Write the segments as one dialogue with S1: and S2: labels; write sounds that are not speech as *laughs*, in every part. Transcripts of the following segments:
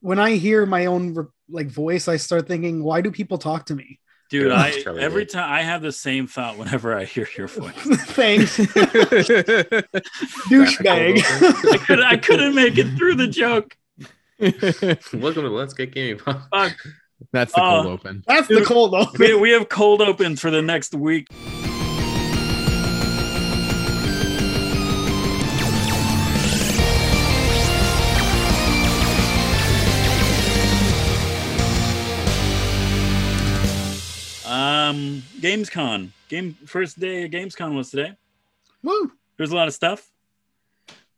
S1: when I hear my own re- like voice, I start thinking, why do people talk to me? *laughs*
S2: Dude,
S3: Yeah,
S2: I
S3: that's probably
S2: every
S3: it.
S2: time I have the same thought whenever I hear your voice.
S1: Thanks,
S2: I
S1: *laughs* douchebag.
S2: could I couldn't make it through the joke.
S3: *laughs* Welcome to Let's Get Gaming Pod.
S2: Fuck.
S4: That's the cold
S2: Uh,
S4: open.
S1: That's the cold
S2: We, *laughs*
S1: open.
S2: we have cold opens for the next week. Um, GamesCon game first day of GamesCon was today.
S1: Woo.
S2: There's a lot of stuff.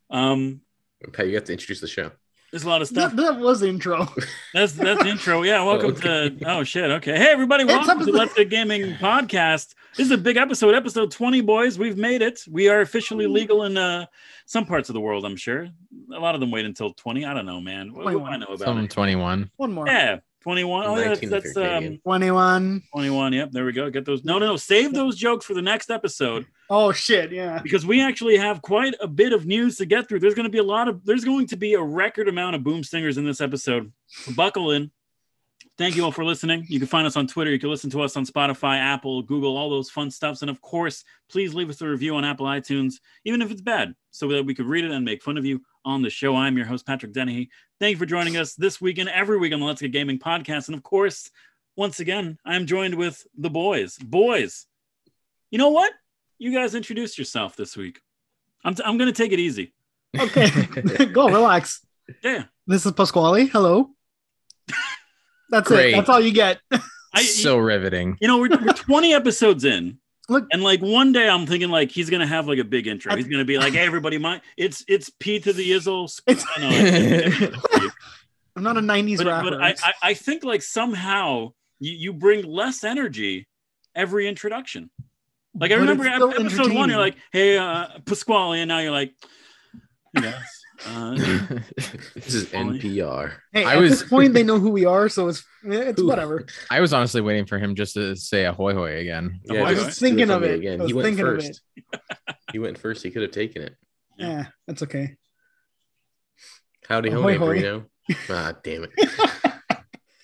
S2: Um,
S3: Okay, you have to introduce the show.
S2: there's a lot of stuff.
S1: That, that was the intro. *laughs*
S2: That's that's the intro. Yeah, welcome
S3: okay.
S2: to oh shit. Okay. Hey everybody,
S1: It's
S2: welcome to
S1: episode-
S2: Let's Get Gaming Podcast. This is a big episode, episode 20, boys. We've made it. We are officially legal in uh some parts of the world, I'm sure. A lot of them wait until 20. I don't know, man. What do I know about
S4: Some
S2: it?
S4: 21.
S1: One more.
S2: Yeah, 21. Oh yeah, that's,
S3: 19 if
S2: that's
S3: you're
S2: um
S3: Canadian.
S1: 21.
S2: 21. Yep, there we go. Get those. No, no, no. Save those jokes for the next episode
S1: Oh shit, yeah.
S2: *laughs* because we actually have quite a bit of news to get through. There's going to be a lot of there's going to be a record amount of boom stingers in this episode. Buckle in. Thank you all for listening. You can find us on Twitter. You can listen to us on Spotify, Apple, Google, all those fun stuffs. And of course, please leave us a review on Apple iTunes, even if it's bad, so that we could read it and make fun of you on the show. I'm your host, Patrick Dennehy. Thank you for joining us this week and every week on the Let's Get Gaming podcast. And of course, once again, I'm joined with the boys. Boys, you know what? You guys introduced yourself this week. I'm, t- I'm going to take it easy.
S1: Okay.
S2: *laughs*
S1: Go relax.
S2: Yeah.
S1: This is Pasquale. Hello. That's
S4: Great.
S1: it. That's all you get. *laughs*
S2: I, *laughs*
S4: so riveting.
S2: you know, we're, we're 20 episodes in.
S1: *laughs* Look-
S2: and like one day I'm thinking like he's gonna have like a big intro.
S1: I-
S2: he's gonna be like, "Hey, everybody, my it's it's P to the Izzle." squ-
S1: *laughs* It's- *laughs*
S2: I know, it's-
S1: I'm not a 90s
S2: but,
S1: rapper.
S2: but I, I I think like somehow you, you bring less energy every introduction. Like I
S1: But
S2: remember
S1: it's
S2: ep-
S1: still
S2: episode
S1: entertaining.
S2: one, you're like, "Hey, uh, Pasquale," and now you're like, "Yes."
S1: *laughs*
S2: Uh,
S3: This is NPR.
S1: hey,
S4: I
S1: at
S2: *laughs*
S4: was-
S1: this point they know who we are, so it's it's
S3: Who-
S1: whatever.
S4: I was honestly waiting for him just to say ahoy hoy again.
S2: Yeah, I was
S3: just
S1: thinking
S3: do
S1: of
S3: for me
S1: it. I was
S3: He went
S1: thinking of
S3: first. he went first. He could have taken it.
S2: *laughs* Yeah.
S1: Yeah, that's okay.
S3: Howdy, ho,
S1: Ahoy, hoy.
S3: Bruno. Ah, damn
S1: *laughs*
S3: it.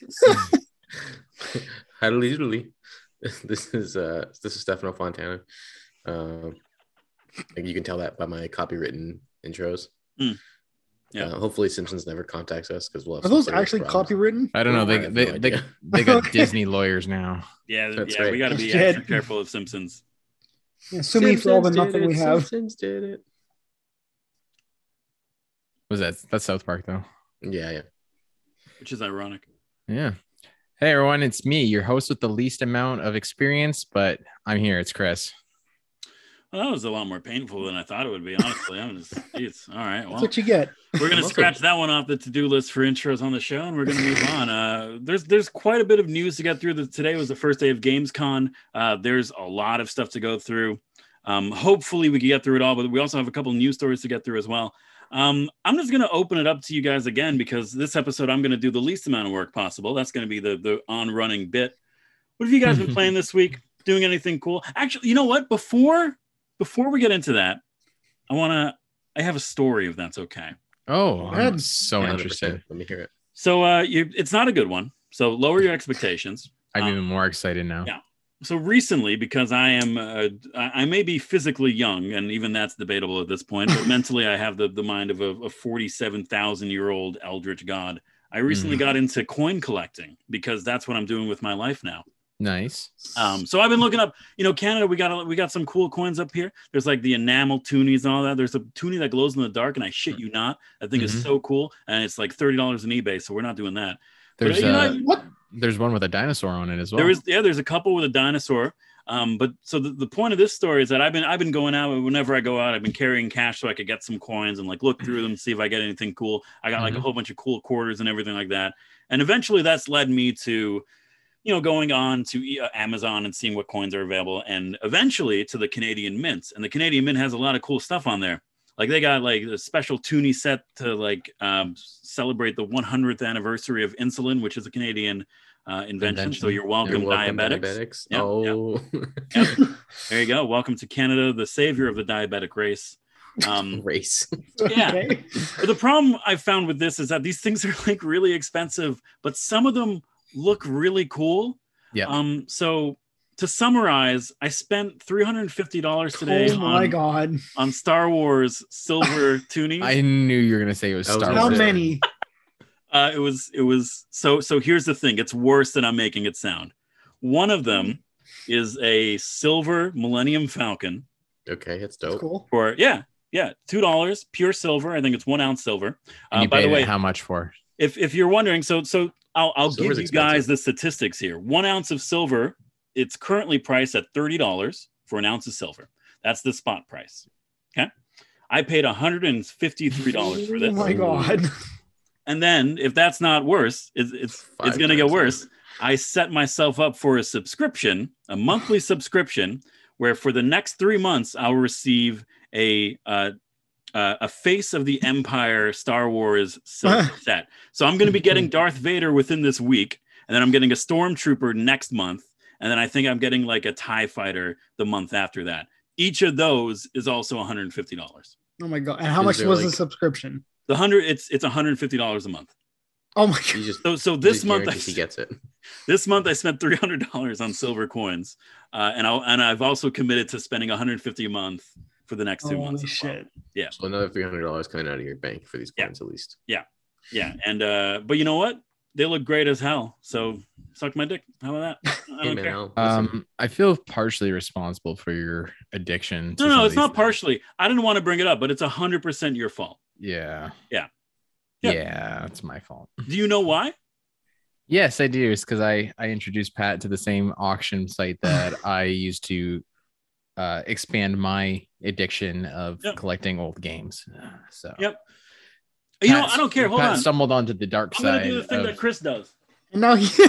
S3: *laughs* Howdy, doodly. This is uh, this is Stefano Fontana. Um, and you can tell that by my copywritten intros.
S2: Mm. Yeah.
S3: Uh, hopefully, Simpsons never contacts us because we'll. Have
S1: Are
S3: some
S1: those
S3: serious
S1: actually
S2: *laughs*
S3: problems.
S1: copywritten?
S4: I don't know. They
S3: I have
S4: they,
S3: no
S4: they,
S3: idea.
S4: they got
S1: Okay.
S4: Disney lawyers now.
S2: yeah,
S3: That's
S2: yeah,
S3: right.
S2: we got to be
S1: Shit.
S2: extra careful of Simpsons.
S1: Yeah, sue me for all the
S3: Simpsons did
S1: nothing we
S3: it,
S1: have.
S3: Simpsons did it.
S4: Was that that's South Park though?
S3: Yeah, yeah.
S2: Which is ironic.
S4: Yeah. Hey everyone, it's me, your host with the least amount of experience, but I'm here. It's Chris.
S2: Well, that was a lot more painful than I thought it would be. Honestly, I'm just, jeez. all right.
S1: That's
S2: Well,
S1: what you get.
S2: we're gonna
S3: I'm also-
S2: scratch that one off the to-do list for intros on the show, and we're gonna move on. Uh, there's there's quite a bit of news to get through. The, today was the first day of GamesCon. Uh, there's a lot of stuff to go through. Um, hopefully, we can get through it all, but we also have a couple news stories to get through as well. Um, I'm just gonna open it up to you guys again because this episode I'm gonna do the least amount of work possible. That's gonna be the the on running bit. What have you guys been playing this week? Doing anything cool? Actually, you know what? Before before we get into that, I wanna I have a story if that's okay.
S4: Oh, I'm
S1: Good.
S4: so
S3: 100%.
S4: interested.
S3: Let me hear it.
S2: So uh, you, it's not a good one. So lower your expectations.
S4: I'm
S2: Um,
S4: even more excited now.
S2: yeah. So recently, because I am, uh, I I may be physically young, and even that's debatable at this point. But mentally, I have the the mind of a, a forty-seven thousand year old eldritch god. I recently
S4: Mhm.
S2: got into coin collecting because that's what I'm doing with my life now.
S4: Nice.
S2: Um, so I've been looking up, you know, Canada. We got a- we got some cool coins up here. There's like the enamel toonies and all that. There's a toonie that glows in the dark, and I shit you not, I think it's
S4: Mhm.
S2: so cool, and it's like thirty dollars on eBay. So we're not doing that. But,
S4: There's
S2: you know,
S4: uh,
S2: I-
S1: What?
S4: there's one with a dinosaur on it as well.
S2: There is yeah, there's a couple with a dinosaur. Um, but so the, the point of this story is that I've been I've been going out whenever I go out, I've been carrying cash so I could get some coins and like look through them, see if I get anything cool. I got like a
S4: Mhm.
S2: whole bunch of cool quarters and everything like that. And eventually that's led me to you know going on to E- uh, Amazon and seeing what coins are available and eventually to the Canadian Mint. And the Canadian Mint has a lot of cool stuff on there. Like they got like a special toonie set to like um, celebrate the 100th anniversary of insulin, which is a Canadian uh, invention. So
S4: Invention.
S2: you're welcome,
S3: You're welcome,
S2: diabetics.
S3: diabetics.
S2: Yeah,
S3: oh, *laughs*
S2: There you go. Welcome to Canada, the savior of the diabetic race.
S3: *laughs*
S2: Um,
S3: race.
S2: *laughs* Yeah.
S1: Okay.
S2: the problem I found with this is that these things are like really expensive, but some of them look really cool.
S4: Yeah.
S2: Um. So to summarize, I spent three hundred and fifty dollars today
S1: Oh my
S2: on,
S1: god.
S2: on Star Wars
S4: *laughs*
S2: silver tuning.
S4: I knew you were gonna say it was
S3: That was
S4: Star
S1: How
S4: Wars.
S3: there.
S1: many?
S2: Uh, it was it was so so here's the thing it's worse than i'm making it sound one of them is a silver millennium falcon
S3: Okay, that's
S1: That's
S3: dope.
S1: cool.
S2: for yeah yeah two dollars pure silver i think it's one ounce silver
S4: And
S2: uh,
S4: you
S2: by the
S4: paid it
S2: way
S4: how much for?
S2: if if you're wondering so so i'll i'll
S3: Silver's
S2: give you guys the statistics here one ounce of silver it's currently priced at thirty dollars for an ounce of silver that's the spot price okay i paid 153 dollars for
S1: Oh
S2: this
S1: my god.
S2: and then if that's not worse, it's it's, it's
S3: Five
S2: gonna get
S3: times
S2: worse.
S3: over.
S2: I set myself up for a subscription, a monthly subscription, where for the next three months I'll receive a uh, uh, a face of the Empire Star Wars silver set. So I'm gonna be getting Darth Vader within this week, and then I'm getting a Stormtrooper next month, and then I think I'm getting like a Tie Fighter the month after that. Each of those is also 150 dollars.
S1: Oh my god. And how
S3: Is
S1: much
S3: there,
S1: was the
S3: like-
S1: subscription?
S2: The hundred it's it's 150 dollars a month.
S1: Oh my god.
S3: He just
S2: So so
S3: he
S2: *laughs* this
S3: just
S2: month I
S3: guarantees he gets it.
S2: this month I spent three hundred dollars on silver coins, uh, and I and I've also committed to spending one hundred fifty a month for the next two months.
S1: Holy
S2: as well.
S1: shit.
S3: So another three hundred dollars coming out of your bank for these
S2: Yeah.
S3: coins at least.
S2: Yeah, and uh, but you know what? They look great as hell. So suck my dick. How about
S1: *laughs*
S2: that? I
S3: Hey
S2: don't
S3: man,
S2: care.
S3: I'll listen.
S4: Um, I feel partially responsible for your addiction. to
S2: No,
S4: some
S2: no,
S4: of
S2: it's
S4: these
S2: not
S4: things.
S2: partially. I didn't want to bring it up, but it's hundred percent your
S4: *laughs*
S2: fault.
S4: Yeah.
S2: Yeah. Yeah.
S4: Yeah. it's my fault.
S2: Do you know why?
S4: Yes, I do. It's because I I introduced Pat to the same auction site
S2: *laughs*
S4: that I used to uh, expand my addiction of
S2: Yep.
S4: collecting old games. So
S2: Yep. You know,
S4: Pat-
S2: I don't care. Hold
S4: Pat uh,
S2: on.
S4: Stumbled onto the dark
S2: I'm
S4: side.
S2: gonna do the thing
S4: of-
S2: that Chris does.
S1: And now he *laughs*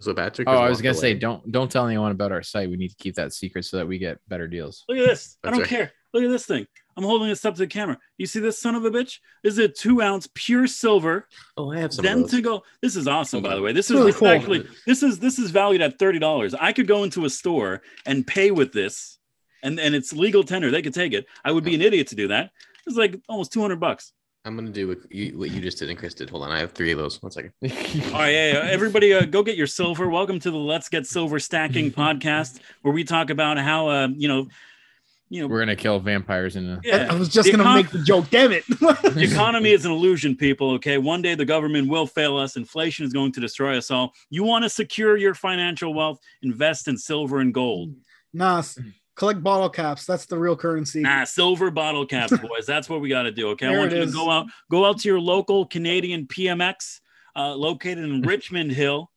S3: so Patrick.
S4: oh,
S3: has
S4: I was
S3: walked
S4: gonna say
S3: away.
S4: don't don't tell anyone about our site. We need to keep that secret so that we get better deals.
S2: Look at this. I
S3: That's
S2: don't
S3: right.
S2: care. Look at this thing. I'm holding this up to the camera. You see this son of a bitch? This is a two ounce pure silver
S3: Oh, I have some.
S2: them
S3: of
S2: to
S3: those.
S2: go. This is awesome,
S3: Hold
S2: by
S3: on.
S2: the way. This is
S1: Really
S2: this is
S1: cool.
S2: actually this is this is valued at thirty dollars. I could go into a store and pay with this, and and it's legal tender. They could take it. I would be an idiot to do that. It's like almost two hundred bucks.
S3: I'm gonna do what you, what you just did and Chris did. Hold on, I have three of those. One
S4: *laughs*
S3: second.
S2: All right, yeah, yeah. everybody, uh, go get your silver. Welcome to the Let's Get Silver
S3: *laughs*
S2: Stacking podcast, where we talk about how uh, you know, you know,
S4: We're gonna kill vampires in a
S1: I
S3: *laughs*
S2: yeah.
S1: was just
S2: The
S1: gonna
S2: econ-
S1: make the joke, damn it.
S2: The *laughs* economy is an illusion, people. Okay, one day the government will fail us. Inflation is going to destroy us all. You want to secure your financial wealth? Invest in silver and gold.
S1: nah, s- collect bottle caps. That's the real currency.
S2: Nah, silver bottle
S1: *laughs*
S2: caps, boys. That's what we got to do. Okay, I
S1: There
S2: want
S1: it
S2: you to
S1: is.
S2: go out, go out to your local Canadian PMX, uh,
S1: *laughs*
S2: located in Richmond Hill.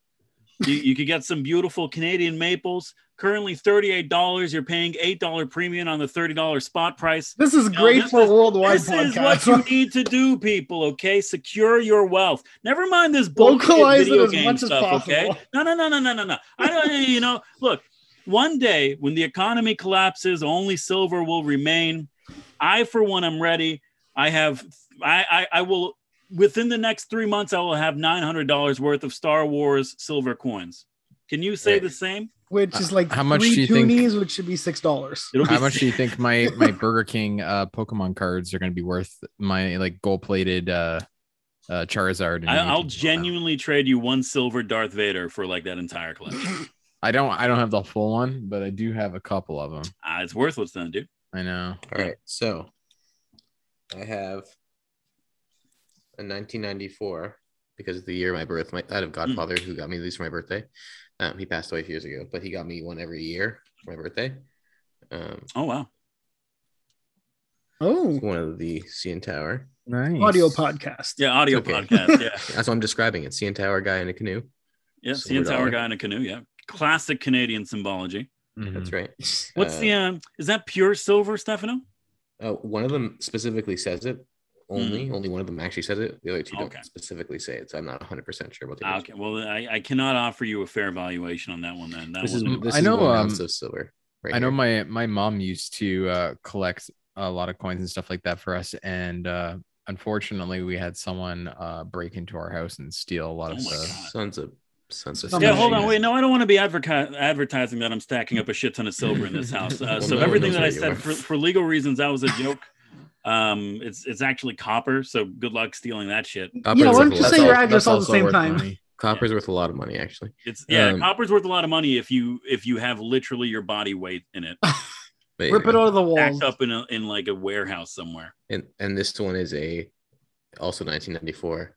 S2: You, you could get some beautiful Canadian maples. Currently thirty-eight dollars. You're paying eight dollar premium on the thirty dollar spot price.
S1: This is
S2: No,
S1: great
S2: this
S1: for
S2: is-
S1: worldwide
S2: This is what you
S1: podcasts.
S2: need to do, people. Okay, secure your wealth. Never mind this bullshit
S1: Localize it
S2: video
S1: as
S2: game
S1: much as
S2: stuff. Okay,
S1: possible.
S2: no, no, no, no, no, no, no. I don't. you know, look. One day when the economy collapses, only silver will remain. I, for one, am ready. I have. I. I, I will. Within the next three months, I will have nine hundred dollars worth of Star Wars silver coins. Can you say
S3: Wait.
S2: the same?
S1: *laughs* Which is like
S4: How much
S1: three
S4: do you think-
S1: toonies, which should be six dollars.
S2: It'll
S4: How much *laughs* do you think my my Burger King uh Pokemon cards are going to be worth? My like gold plated uh, uh Charizard. and
S2: I, I'll
S4: Mewtwo.
S2: genuinely trade you one silver Darth Vader for like that entire collection.
S4: I don't. I don't have the full one, but I do have a couple of them.
S2: Uh, it's worthless then, dude.
S4: I know.
S3: All right, so I have a 1994 because of the year of my birth. My
S4: Mm.
S3: dad of Godfather, who got me these for my birthday. Um, he passed away a few years ago, but he got me one every year for my birthday. Um,
S2: Oh wow.
S1: Oh,
S3: one of the CN Tower.
S4: Nice.
S1: audio podcast.
S2: Yeah, audio
S3: Okay.
S2: *laughs* podcast. Yeah,
S3: That's what I'm describing it. CN Tower guy in a canoe.
S2: yeah.
S3: Silver
S2: CN Tower
S3: dollar.
S2: guy in a canoe. Yeah, classic Canadian symbology.
S4: Mhm.
S3: That's right.
S2: What's
S3: Uh,
S2: the um? Is that pure silver, Stefano?
S3: Uh, one of them specifically says it. Only, only one of them actually says it. The other two
S2: Hmm. Okay.
S3: don't specifically say it. So I'm not 100 percent sure what they.
S2: Okay. Well, I, I cannot offer you a fair valuation on that one. Then that
S3: This is
S2: one.
S4: Mm,
S3: this
S4: I
S3: is
S4: know,
S3: one ounce
S4: um,
S3: of silver. Right
S4: I know
S3: here.
S4: my my mom used to uh, collect a lot of coins and stuff like that for us, and uh, unfortunately, we had someone uh, break into our house and steal a lot
S2: Oh
S4: of
S2: my
S4: the
S2: God.
S3: Sons of Census.
S1: Yeah,
S2: Yeah,
S1: machine
S2: hold on.
S1: is-
S2: Wait, no, I don't want to be adverca- advertising that I'm stacking up a shit ton of silver in this house. Uh,
S3: *laughs* Well,
S2: so
S3: no one
S2: everything
S3: knows
S2: that I
S3: what you
S2: said
S3: are.
S2: for, for legal reasons, that was a joke. Um, it's it's actually copper. So good luck stealing that shit.
S3: Copper's
S1: yeah, why
S3: worth
S1: don't
S3: a
S1: you
S3: lot-
S1: say
S3: that's
S1: your
S3: all-
S1: address
S4: That's
S1: all at the
S4: also
S1: same
S4: worth
S1: time?
S4: money.
S3: Copper's worth a lot of money, actually.
S2: It's yeah,
S3: Um,
S2: copper's worth a lot of money if you if you have literally your body weight in it,
S1: Rip
S3: But
S1: it
S3: anyway.
S1: out of the wall.
S2: stacked up in a, in like a warehouse somewhere.
S3: And and this one is a also 1994,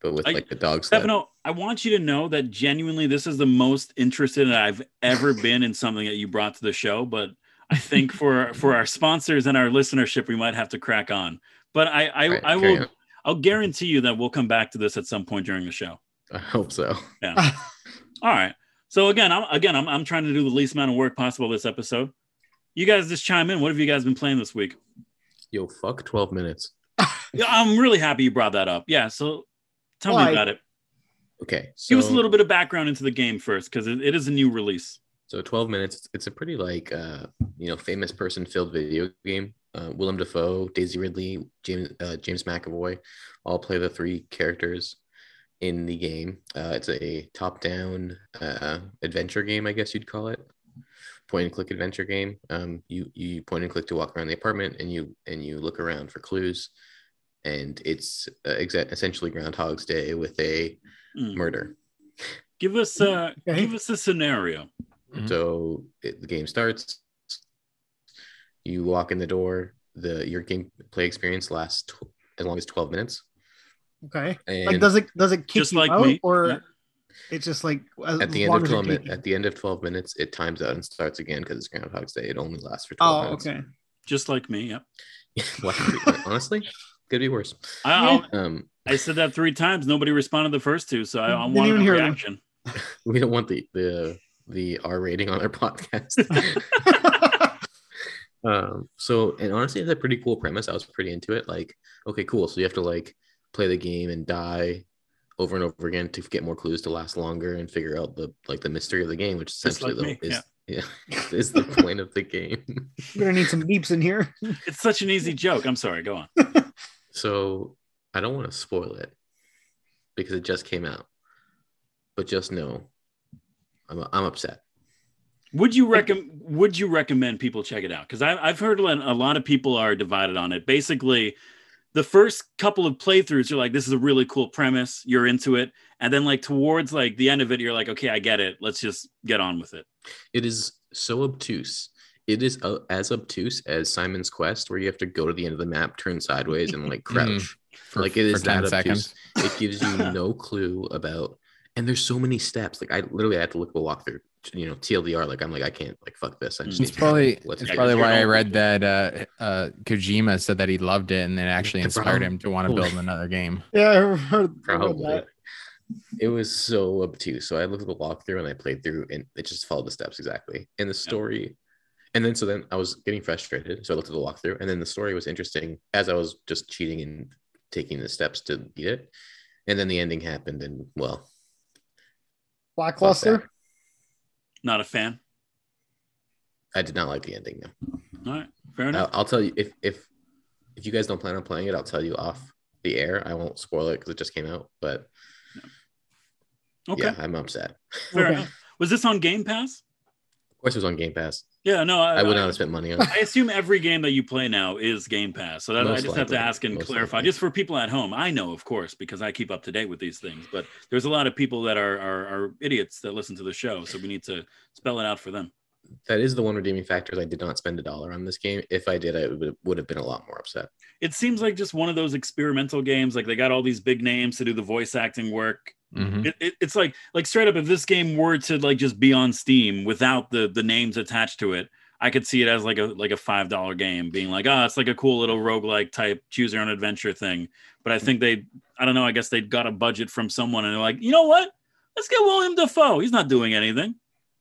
S3: but with
S2: I-
S3: like the dog sled.
S2: Stefano, I want you to know that genuinely, this is the most interested I've ever been in something that you brought to the show. But I think for for our sponsors and our listenership, we might have to crack on. But I I,
S3: All right,
S2: I
S3: carry
S2: will
S3: on. *laughs*
S2: I'll guarantee you that we'll come back to this at some point during the show.
S3: I hope so.
S2: All right. So again, I'm again I'm I'm trying to do the least amount of work possible this episode. You guys just chime in. What have you guys been playing this week?
S3: Yo, fuck 12 minutes.
S2: Yeah, I'm really happy you brought that up. Yeah. So tell
S1: Why?
S2: me about it.
S3: Okay, so
S2: Give us a little bit of background into the game first, because it, it is a new release.
S3: So 12 minutes. It's a pretty like uh you know famous person filled video game. Uh, Willem Dafoe, Daisy Ridley, James uh, James McAvoy, all play the three characters in the game. Uh, it's a top-down uh, adventure game, I guess you'd call it. Point-and-click adventure game. Um, you you point and click to walk around the apartment, and you and you look around for clues. And it's uh, exa- essentially Groundhog's Day with a
S2: Mm.
S3: murder.
S2: Give us uh,
S1: Okay.
S2: give us a scenario.
S1: Mm-hmm.
S4: Mhm.
S3: So it, the game starts. You walk in the door. The your gameplay experience lasts tw- as long as twelve minutes.
S1: *laughs* okay.
S3: And
S1: Like, does it does it kick
S2: Just
S1: you
S2: like
S1: out,
S2: me.
S1: or
S2: Yeah.
S1: it's just like as,
S3: at the
S1: as
S3: end
S1: long
S3: of
S1: as
S3: 12
S1: you're
S3: minutes,
S1: kicking?
S3: at the end of twelve minutes, it times out and starts again because it's Groundhog's Day. It only lasts for twelve
S1: Oh,
S3: *laughs* minutes.
S1: okay.
S2: Just like me. Yep.
S3: Wow, Honestly, could be worse.
S2: I, I'll-
S3: Um,
S2: I said that three times. Nobody responded the first two, so I, I
S1: Didn't
S2: wanted
S1: even
S2: a
S1: hear them.
S2: reaction.
S3: we don't want the the the R rating on
S2: *laughs*
S3: our *laughs* podcast. um so and honestly it's a pretty cool premise i was pretty into it like okay cool so you have to like play the game and die over and over again to get more clues to last longer and figure out the like the mystery of the game which
S2: Just
S3: essentially
S2: like
S3: the,
S2: me,
S3: is yeah. *laughs* is the point of the game
S1: You're gonna need some beeps in here. *laughs*
S2: It's such an easy joke. I'm sorry. Go on.
S3: so i don't want to spoil it because it just came out but just know i'm, I'm upset
S2: Would you recommend? Would you recommend people check it out? Because I've heard like a lot of people are divided on it. Basically, the first couple of playthroughs, you're like, "This is a really cool premise." You're into it, and then like towards like the end of it, you're like, "Okay, I get it. Let's just get on with it."
S3: it is so obtuse it is uh, as obtuse as simon's quest where you have to go to the end of the map turn sideways and
S4: *laughs* Mm.
S3: like crouch
S4: For,
S3: like it is
S4: for 10
S3: that
S4: seconds.
S3: obtuse. It gives you no *laughs* clue about, and there's so many steps. Like I literally had to look at a walkthrough. You know, TLDR. Like I'm like I can't like fuck this. I just
S4: It's
S3: need time.
S4: probably
S3: Let's
S4: it's
S3: figure
S4: probably
S3: it
S4: why I
S2: out.
S4: read that uh, uh, Kojima said that he loved it and it actually
S3: Yeah,
S4: inspired
S3: bro.
S4: him to want to
S2: *laughs*
S4: build another game.
S1: yeah, I heard
S3: out.
S1: heard
S3: probably.
S1: that.
S3: It was so obtuse. So I looked at the walkthrough and I played through, and it just followed the steps exactly. And the story, and then so then I was getting frustrated. So I looked at the walkthrough, and then the story was interesting as I was just cheating and taking the steps to beat it. And then the ending happened, and well,
S1: Blockbuster.
S2: Not a fan.
S3: I did not like the ending. No.
S2: All right, fair enough.
S3: I'll, I'll tell you if if if you guys don't plan on playing it, I'll tell you off the air. I won't spoil it because it just came out. But
S2: Okay,
S3: yeah, I'm upset. Of
S2: fair
S1: Okay.
S2: enough. Was this on Game Pass?
S3: course, it was on Game Pass.
S2: Yeah, no, I,
S3: I would uh, not have spent money on it.
S2: I assume every game that you play now is Game Pass. So that, I
S3: Most
S2: just have to
S3: likely,
S2: ask and
S3: most
S2: clarify
S3: likely.
S2: just for people at home. I know, of course, because I keep up to date with these things, but there's a lot of people that are, are, are idiots that listen to the show. So we need to spell it out for them.
S3: That is the one redeeming factor. is I did not spend a dollar on this game. If I did, I would, would have been a lot more upset.
S2: It seems like just one of those experimental games. Like they got all these big names to do the voice acting work.
S4: Mhm.
S2: It, it, it's like like straight up if this game were to like just be on Steam without the the names attached to it, I could see it as like a like a five dollar game being like, ah, it's like a cool little roguelike type choose your own adventure thing. But
S4: Mm-hmm.
S2: I think they I don't know, I guess they got a budget from someone and they're like, you know what? Let's get William Defoe. He's not doing anything.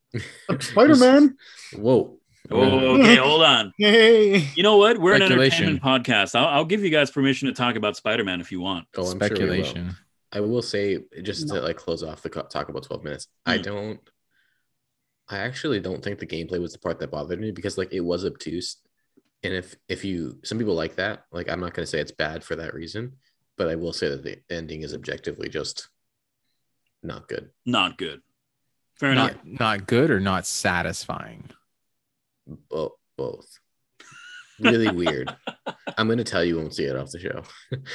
S1: *laughs* Spider Man.
S3: Whoa.
S2: Oh,
S4: *laughs*
S2: okay, hold on.
S1: Hey.
S2: You know what? We're an
S4: Speculation.
S2: entertainment podcast. I'll, I'll give you guys permission to talk about Spider-Man if you want.
S3: Oh, I'm sure we will.
S4: Speculation.
S3: I will say just to
S1: No.
S3: like close off the co- talk about 12 minutes. I
S2: Mm.
S3: don't I actually don't think the gameplay was the part that bothered me because like it was obtuse. And if if you some people like that, like I'm not going to say it's bad for that reason, but I will say that the ending is objectively just not good.
S2: Not good. Fair enough.
S4: Not not good or not satisfying.
S3: Bo- both. Really weird. I'm gonna tell you when we see it off the show.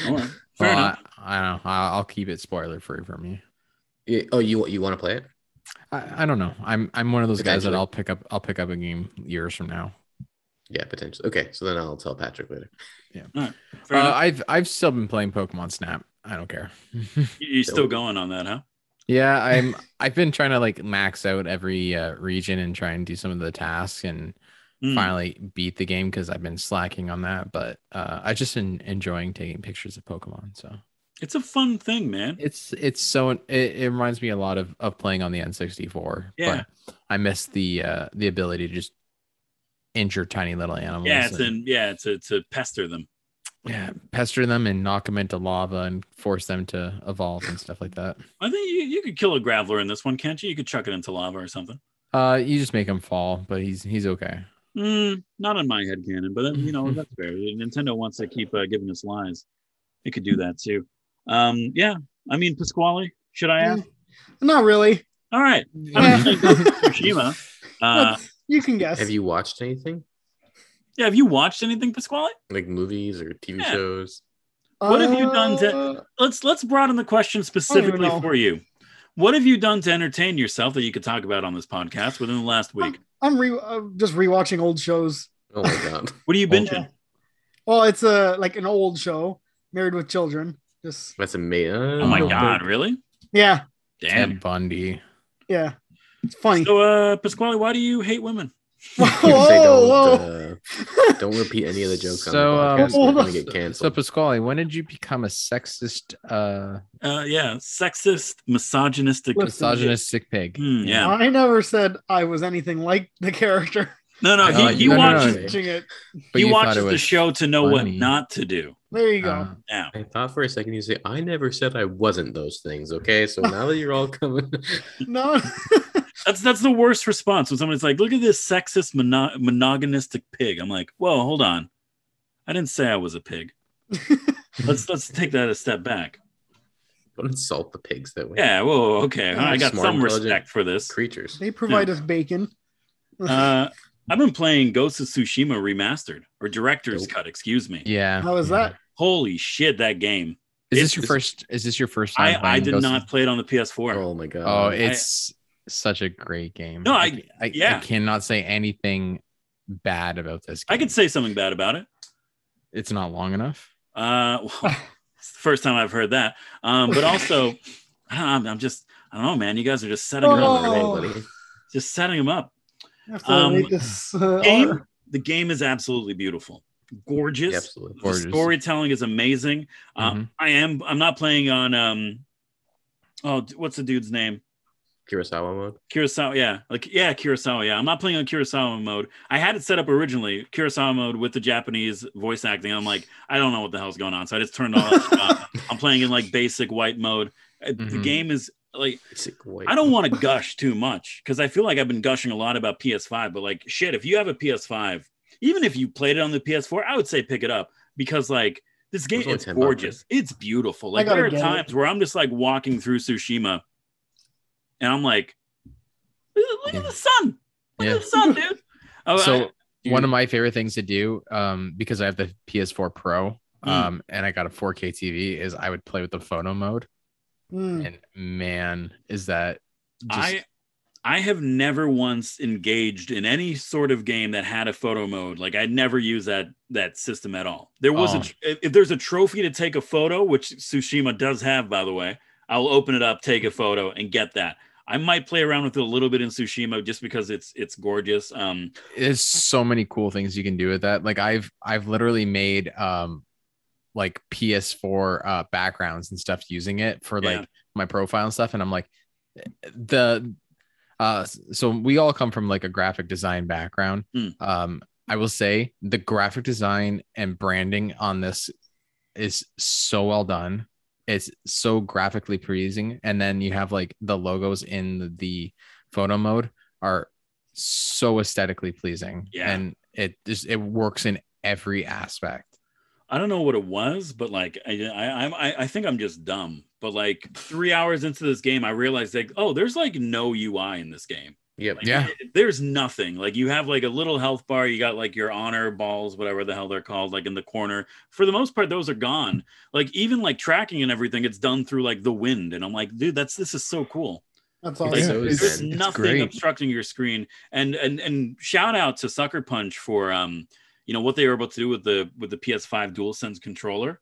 S2: All right. Fair
S4: Well,
S2: enough.
S4: I, I don't know. I'll, I'll keep it spoiler free from you.
S3: Yeah, oh, you you want to play it?
S4: I, I don't know. I'm I'm one of those guys that
S3: Eventually.
S4: I'll pick up. I'll pick up a game years from now.
S3: Yeah, potentially. Okay, so then I'll tell Patrick later.
S2: Fair
S4: Uh,
S2: enough.
S4: I've I've still been playing Pokemon Snap. I don't care.
S2: You- You're still going on that, huh?
S4: yeah, I'm. *laughs* I've been trying to like max out every uh, region and try and do some of the tasks and
S2: Hmm.
S4: finally beat the game because I've been slacking on that. But uh, I've just been enjoying taking pictures of Pokemon. So
S2: It's a fun thing, man.
S4: it's it's so it, it reminds me a lot of of playing on the N64.
S2: Yeah.
S4: But I miss the uh, the ability to just injure tiny little animals.
S2: yeah, it's
S4: and-
S2: in yeah, to to pester them.
S4: yeah, pester them and knock them into lava and force them to evolve and stuff like that.
S2: I think you, you could kill a graveler in this one, can't you? You could chuck it into lava or something.
S4: Uh, you just make him fall, but he's he's okay.
S2: Mm, not on my head cannon, but uh, you *laughs* know that's fair. Nintendo wants to keep uh, giving us lies. It could do that too. Um, yeah, I mean Pasquale, should I ask?
S1: Not really.
S2: Mm. All right, I'm
S1: Yeah. *laughs*
S2: just gonna go with *laughs* Tsushima. Uh,
S1: You can guess.
S3: Have you watched anything
S2: yeah, have you watched anything, Pasquale?
S3: like movies or TV
S2: Yeah.
S3: shows?
S2: what have you done to-
S1: Uh,
S2: Let's let's broaden the question specifically
S1: know.
S2: for you. What have you done to entertain yourself that you could talk about on this podcast within the last week?
S1: I'm re I'm just rewatching old shows.
S3: Oh my god!
S2: What are you
S4: Well,
S2: binging?
S1: Well, it's a like an old show, Married with Children. Just
S3: That's uh, amazing.
S2: Oh my
S4: Oh,
S2: god, really?
S1: yeah,
S2: Damn.
S4: Ted Bundy.
S1: yeah. It's funny.
S2: So, uh, Pasquale, why do you hate women?
S1: *laughs* whoa,
S3: Please say
S1: whoa, whoa.
S3: don't, uh, don't repeat any of the jokes
S4: So,
S3: on the podcast.
S1: um,
S3: We're gonna
S4: So,
S3: get
S4: so
S3: canceled.
S4: Pasquale, when did you become a sexist, uh,
S2: Uh, yeah, sexist, misogynistic.
S1: Listen,
S4: misogynistic pig?
S2: Hmm, yeah.
S1: I never said I was anything like the character.
S2: No, Uh, no,
S3: Oh,
S2: he, he
S3: you- no, no, no,
S2: watches.
S3: no.
S1: Watching it.
S4: But
S2: He
S4: you thought
S2: watches
S4: it
S2: the
S4: was
S2: show to know what
S4: funny.
S2: not to do.
S1: There you go.
S4: uh,
S2: Now,
S3: I thought for a second you say I never said I wasn't those things. Okay, so now that you're all coming, *laughs*
S1: no, *laughs*
S2: that's that's the worst response when somebody's like, "Look at this sexist, mono- monoganistic pig." I'm like, "Whoa, hold on, I didn't say I was a pig." let's let's take that a step back.
S3: don't insult the pigs that way.
S2: Yeah. Whoa. Okay.
S1: Yeah,
S2: I got
S3: smart,
S2: some
S3: intelligent
S2: respect for this.
S3: creatures.
S1: they provide us bacon.
S2: Uh, I've been playing Ghost of Tsushima remastered or director's
S3: Dope.
S2: cut. Excuse me.
S1: *laughs*
S4: yeah.
S1: How is
S4: yeah.
S1: that?
S2: Holy shit, that game.
S4: Is
S2: It's-
S4: this your first? Is this your first time?
S2: I, I
S4: playing
S2: did
S4: Ghost-
S2: not play it on the PS4.
S3: Oh my god!
S4: Oh, it's such a great game.
S2: No, I-
S4: I,
S2: yeah.
S4: I cannot say anything bad about this. Game.
S2: I could say something bad about it.
S4: it's not long enough.
S2: Uh, *laughs* well, it's the first time I've heard that. Um, but
S4: *laughs*
S2: also, I don't know, I'm, I'm just, I don't know, man. You guys are just setting
S3: You're
S2: them
S3: on
S2: up,
S3: the
S1: Oh.
S3: roll, buddy.
S2: just setting them up.
S1: I have to
S2: Um,
S1: rate this, uh,
S2: Game,
S1: R.
S2: the game is absolutely beautiful,
S3: Yeah,
S2: gorgeous.
S3: absolutely.
S4: Gorgeous.
S2: The storytelling is amazing. Uh,
S4: Mhm.
S2: I am, I'm not playing on, um, oh, d- what's the dude's name?
S3: Kurosawa mode.
S2: Kurosawa, yeah, like yeah, Kurosawa, yeah. I'm not playing on Kurosawa mode. I had it set up originally Kurosawa mode with the Japanese voice acting. I'm like, I don't know what the hell's going on, so I just turned all that shit off. I'm playing in like basic white mode. Uh, The
S4: Mhm.
S2: game is like,
S3: It's like white.
S2: I don't want to gush too much because I feel like I've been gushing a lot about PS5, but like, shit, if you have a PS5, even if you played it on the PS4, I would say pick it up because like this game
S3: It's only
S2: is
S3: 10 bucks,
S2: gorgeous. It's beautiful.
S1: I
S2: Like
S1: gotta
S2: there are
S1: get it.
S2: times where I'm just like walking through Tsushima and I'm like, look at the sun. Look
S4: Yeah.
S2: at the sun, dude. Oh,
S4: so
S2: *laughs* I-
S4: one of my favorite things to do, um, because I have the PS4 Pro,
S2: Hmm.
S4: um, and I got a 4K TV, is I would play with the photo mode,
S1: Mm.
S4: and man, is that just
S2: Hmm. I I have never once engaged in any sort of game that had a photo mode. Like I never used that that system at all. There was
S4: Oh.
S2: a tr- if- if there's a trophy to take a photo, which Tsushima does have by the way, I'll open it up, take a photo and get that. I might play around with it a little bit in Tsushima just because it's it's gorgeous. Um
S4: there's so many cool things you can do with that. Like I've I've literally made um like PS4 uh backgrounds and stuff using it for
S2: Yeah.
S4: like my profile and stuff. And I'm like the uh so we all come from like a graphic design background.
S2: Mm.
S4: Um I will say the graphic design and branding on this is so well done. It's so graphically pleasing. And then you have like the logos in the photo mode are so aesthetically pleasing.
S2: Yeah.
S4: And it just it works in every aspect.
S2: I don't know what it was, but like I I I'm- I I think I'm just dumb. But like three hours into this game, I realized like oh, there's like no UI in this game.
S3: Yep.
S2: Like,
S4: Yeah.
S2: it- there's nothing. Like you have like a little health bar, you got like your honor balls, whatever the hell they're called, like in the corner. For the most part, those are gone. Like even like tracking and everything, it's done through like the wind. And I'm like, dude, that's this is so cool.
S1: That's all.
S4: Like,
S1: it
S4: so
S1: is.
S2: There's
S3: It's
S2: nothing
S4: great.
S2: obstructing your screen. And and and shout out to Sucker Punch for um, you know, what they were able to do with the with the PS5 DualSense controller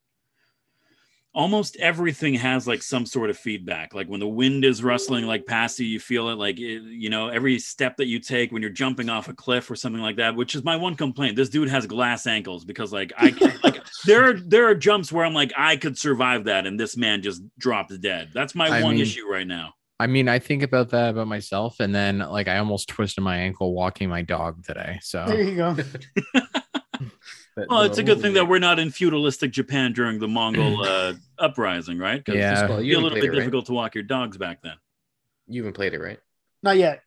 S2: almost everything has like some sort of feedback like when the wind is rustling like past you you feel it like it, you know every step that you take when you're jumping off a cliff or something like that which is my one complaint this dude has glass ankles because like i can't-
S4: *laughs*
S2: like there are there are jumps where i'm like i could survive that and this man just drops dead that's my
S4: I
S2: one
S4: mean-
S2: issue right now
S4: I mean, I think about that about myself, and then like I almost twisted my ankle walking my dog
S1: There
S4: today. So
S1: you go.
S3: But
S2: well it's a good
S3: no.
S2: thing that we're not in feudalistic japan during the *laughs* mongol uh, uprising right 'Cause
S4: Yeah.
S3: Well,
S2: it'd be
S3: you
S2: a
S3: haven't
S2: little
S3: played
S2: bit
S3: it, right?
S2: difficult to walk your dogs back then
S3: You haven't played it, right?
S1: Not yet.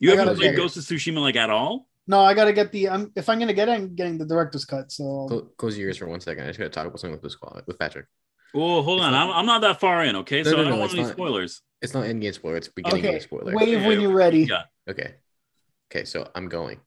S2: you
S1: I
S2: haven't
S1: gotta
S2: played
S1: figure-
S2: ghost of tsushima like at all
S1: No, I gotta get the. I'm, if I'm gonna get it, I'm getting the director's cut. So
S3: Close, close your ears for one second. I just gotta talk about something with this qual- with Patrick.
S2: Well, hold
S3: It's
S2: on.
S3: not-
S2: I'm, I'm not that far in, okay?
S3: No,
S2: so
S3: no,
S2: I don't
S3: no,
S2: want
S3: it's
S2: any
S3: not.
S2: spoilers.
S3: It's not end game spoiler. It's beginning
S1: okay,
S3: game spoiler.
S1: wave when you're ready. *laughs*
S2: Yeah.
S3: Okay. Okay, so I'm going.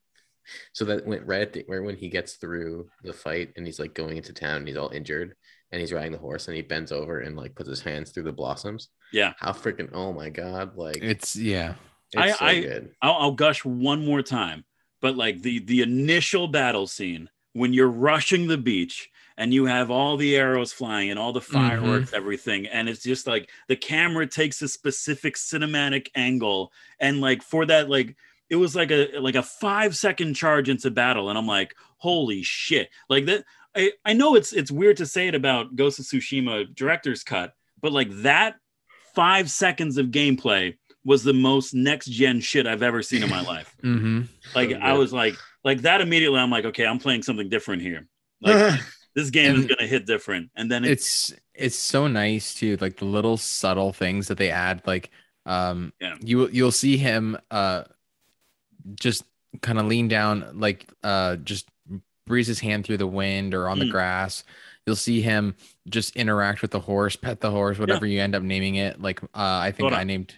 S3: So that went right at the right when he gets through the fight and he's like going into town and he's all injured and he's riding the horse and he bends over and like puts his hands through the blossoms.
S2: Yeah.
S3: How freaking oh my god, like it's,
S4: it's yeah,
S2: I-
S3: so
S2: I-
S3: good.
S2: I'll, I'll gush one more time, but like the the initial battle scene when you're rushing the beach and you have all the arrows flying and all the fireworks, everything, and it's just like the camera takes a specific cinematic angle, and like for that, like it was like a like a five second charge into battle, and I'm like, holy shit, like that. I, I know it's it's weird to say it about Ghost of Tsushima director's cut, but like that five seconds of gameplay was the most next gen shit I've ever seen in my life.
S4: hmm
S2: Like
S3: So
S2: I
S3: good.
S2: was like, like that immediately. I'm like, okay, I'm playing something different here.
S1: *laughs*
S2: Like this game is
S4: And-
S2: gonna hit different. And then it's
S4: it's it's so nice too. Like the little subtle things that they add. Like um,
S2: Yeah.
S4: you you'll see him uh, just kind of lean down, like uh, just breeze his hand through the wind or on the
S2: Mm.
S4: grass. You'll see him just interact with the horse, pet the horse, whatever you end up naming it. Like uh, I think
S2: Hold on.
S4: I named